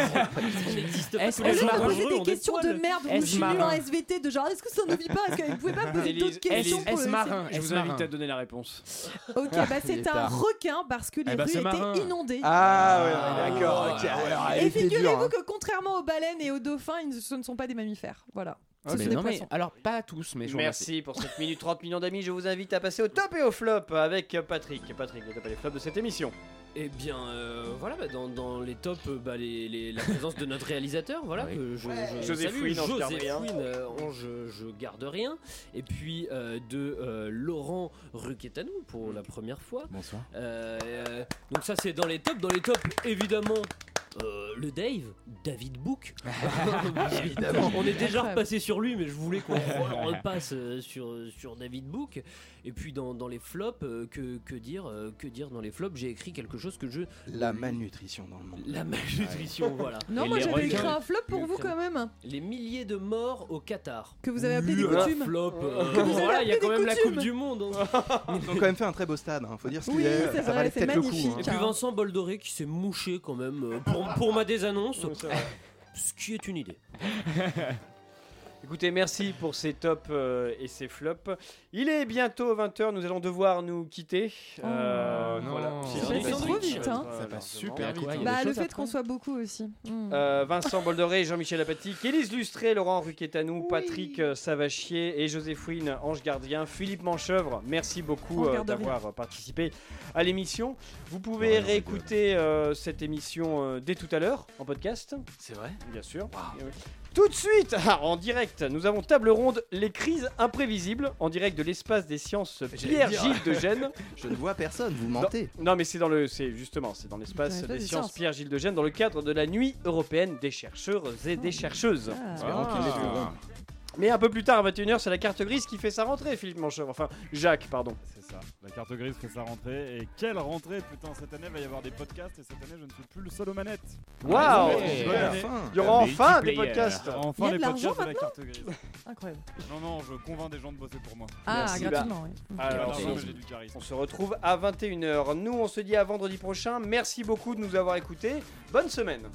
Speaker 16: Il n'existe pas. tous
Speaker 15: Est-ce que
Speaker 16: les
Speaker 14: Vous
Speaker 15: je
Speaker 16: gens
Speaker 14: me
Speaker 15: m'arrange
Speaker 14: posez
Speaker 16: dangereux
Speaker 14: des
Speaker 16: ont
Speaker 14: questions de
Speaker 16: poils.
Speaker 14: merde,
Speaker 15: Est-ce
Speaker 14: je suis nul en
Speaker 15: marin
Speaker 14: SVT de genre est-ce que ça ne vit pas Est-ce que vous pouvez pas me poser
Speaker 1: Élise,
Speaker 14: d'autres questions
Speaker 1: Élise,
Speaker 14: pour le-
Speaker 15: Est-ce marin
Speaker 1: Je vous
Speaker 15: Est-ce
Speaker 1: invite
Speaker 15: marin
Speaker 1: à donner la réponse.
Speaker 14: Ok, bah
Speaker 13: Il est
Speaker 14: c'est un
Speaker 13: tard.
Speaker 14: requin parce que les
Speaker 15: bah,
Speaker 14: rues
Speaker 15: c'est marin.
Speaker 14: étaient inondées.
Speaker 13: Ah ouais, d'accord. ok, alors, elle
Speaker 14: Et
Speaker 13: était dure,
Speaker 14: figurez-vous
Speaker 13: hein.
Speaker 14: que contrairement aux baleines et aux dauphins, ils ne- ce ne sont pas des mammifères. Voilà. Ce
Speaker 15: Mais
Speaker 14: sont des
Speaker 15: non, mais-
Speaker 14: poissons.
Speaker 15: alors pas tous, mais je vous remercie.
Speaker 1: Merci pour cette minute 30 millions d'amis. Je vous invite à passer au top et au flop avec Patrick. Patrick, le top et les flops de cette émission.
Speaker 16: Eh bien, euh, voilà, bah, dans, dans les tops, euh, bah, les, les- la présence de notre réalisateur, voilà,
Speaker 15: Oui.
Speaker 16: que je, je
Speaker 1: Joseph
Speaker 16: salue,
Speaker 1: Fouine, Ange
Speaker 16: Joseph
Speaker 1: garde rien.
Speaker 16: Fouine, euh, Ange, je garde rien, et puis euh, de euh, Laurent Ruquetano pour la première fois.
Speaker 18: Bonsoir.
Speaker 16: Euh, euh, donc ça, c'est dans les tops. Dans les tops, évidemment. euh, le Dave, David Book.
Speaker 13: Évidemment.
Speaker 16: On est déjà repassé sur lui, mais je voulais qu'on re- repasse euh, sur, sur David Book. Et puis dans, dans les flops, euh, que, que dire euh, Que dire dans les flops J'ai écrit quelque chose que je
Speaker 13: La malnutrition dans le monde.
Speaker 16: la malnutrition, voilà.
Speaker 14: Non,
Speaker 16: Et
Speaker 14: moi
Speaker 16: les
Speaker 14: j'avais écrit
Speaker 16: requins-
Speaker 14: un flop pour
Speaker 16: les
Speaker 14: vous
Speaker 16: requins.
Speaker 14: quand même.
Speaker 16: Les milliers de morts au Qatar.
Speaker 14: Que vous avez appelé des
Speaker 16: Le
Speaker 14: coutumes.
Speaker 16: flop. euh,
Speaker 14: Que vous avez
Speaker 16: voilà, il y a
Speaker 14: appelé
Speaker 16: quand
Speaker 14: des
Speaker 16: même la
Speaker 14: coutumes.
Speaker 16: Coupe du Monde. hein.
Speaker 13: Ils ont quand même fait un très beau stade, hein, faut dire ce qu'il
Speaker 14: Oui,
Speaker 13: est.
Speaker 14: c'est
Speaker 13: ça
Speaker 14: vrai,
Speaker 13: valait
Speaker 14: c'est
Speaker 13: peut-être le coup.
Speaker 14: magnifique.
Speaker 13: hein.
Speaker 16: Et puis Vincent Boldoré qui s'est mouché quand même euh, pour, pour ma désannonce. Ce qui est une idée.
Speaker 1: Écoutez, merci pour ces tops euh, et ces flops. Il est bientôt 20h, nous allons devoir nous quitter. Euh,
Speaker 15: non.
Speaker 1: voilà.
Speaker 15: Ça
Speaker 1: Si,
Speaker 14: passe
Speaker 1: si, si,
Speaker 14: trop
Speaker 1: si,
Speaker 14: vite,
Speaker 1: si,
Speaker 14: hein.
Speaker 18: Ça
Speaker 1: euh, largement.
Speaker 18: passe super vite.
Speaker 15: quoi, il y a des
Speaker 14: Bah, le
Speaker 15: choses à
Speaker 14: fait qu'on
Speaker 15: prendre.
Speaker 14: soit beaucoup aussi. Mm.
Speaker 1: Euh, Vincent Boldoré, Jean-Michel Apathy, Élise Lustré, Laurent Ruquetanou, Patrick euh, Savachier et Joséphine Ange Gardien, Philippe Manchevre, merci beaucoup
Speaker 14: Ange
Speaker 1: euh,
Speaker 14: Gardien.
Speaker 1: d'avoir euh, participé à l'émission. Vous pouvez réécouter euh, cette émission euh, dès tout à l'heure en podcast. C'est vrai Bien sûr. Tout de suite, [laughs] ah, en direct, nous avons table ronde les crises imprévisibles en direct de l'espace des sciences Pierre
Speaker 13: dire.
Speaker 1: Gilles de Gênes.
Speaker 13: Je ne vois personne, vous mentez.
Speaker 1: Non, mais c'est dans le, c'est justement, c'est dans
Speaker 13: Dans
Speaker 1: l'espace
Speaker 13: l'espace
Speaker 1: des
Speaker 13: des
Speaker 1: sciences
Speaker 13: sciences.
Speaker 1: Pierre Gilles de Gênes dans le cadre de la nuit européenne des chercheurs et des chercheuses.
Speaker 14: Ah,
Speaker 13: Espérons qu'il les trouve, hein.
Speaker 1: Mais un peu plus tard, à 21h, c'est la carte grise qui fait sa rentrée, Philippe Manchevre. Enfin, Jacques, pardon.
Speaker 17: C'est ça. La carte grise fait sa rentrée. Et quelle rentrée Putain, cette année, il va y avoir des podcasts. Et cette année, je ne suis plus le seul aux manettes.
Speaker 13: Oh, Ah,
Speaker 1: Waouh
Speaker 17: Ouais,
Speaker 1: Ouais.
Speaker 17: bonne année.
Speaker 1: Enfin. Il y aura enfin des
Speaker 17: Multiplayer.
Speaker 1: podcasts.
Speaker 17: Enfin
Speaker 1: Il y a
Speaker 17: les
Speaker 1: de l'argent
Speaker 17: podcasts de la
Speaker 1: maintenant
Speaker 17: carte grise.
Speaker 14: Incroyable.
Speaker 17: Non, non, je convainc des gens de bosser pour moi.
Speaker 14: Ah, Merci. gratuitement,
Speaker 1: Bah,
Speaker 14: oui.
Speaker 1: alors, on-
Speaker 17: Gratuit. Ah, Non, mais j'ai du charisme.
Speaker 1: on se retrouve à 21h. Nous, on se dit à vendredi prochain. Merci beaucoup de nous avoir écoutés. Bonne semaine.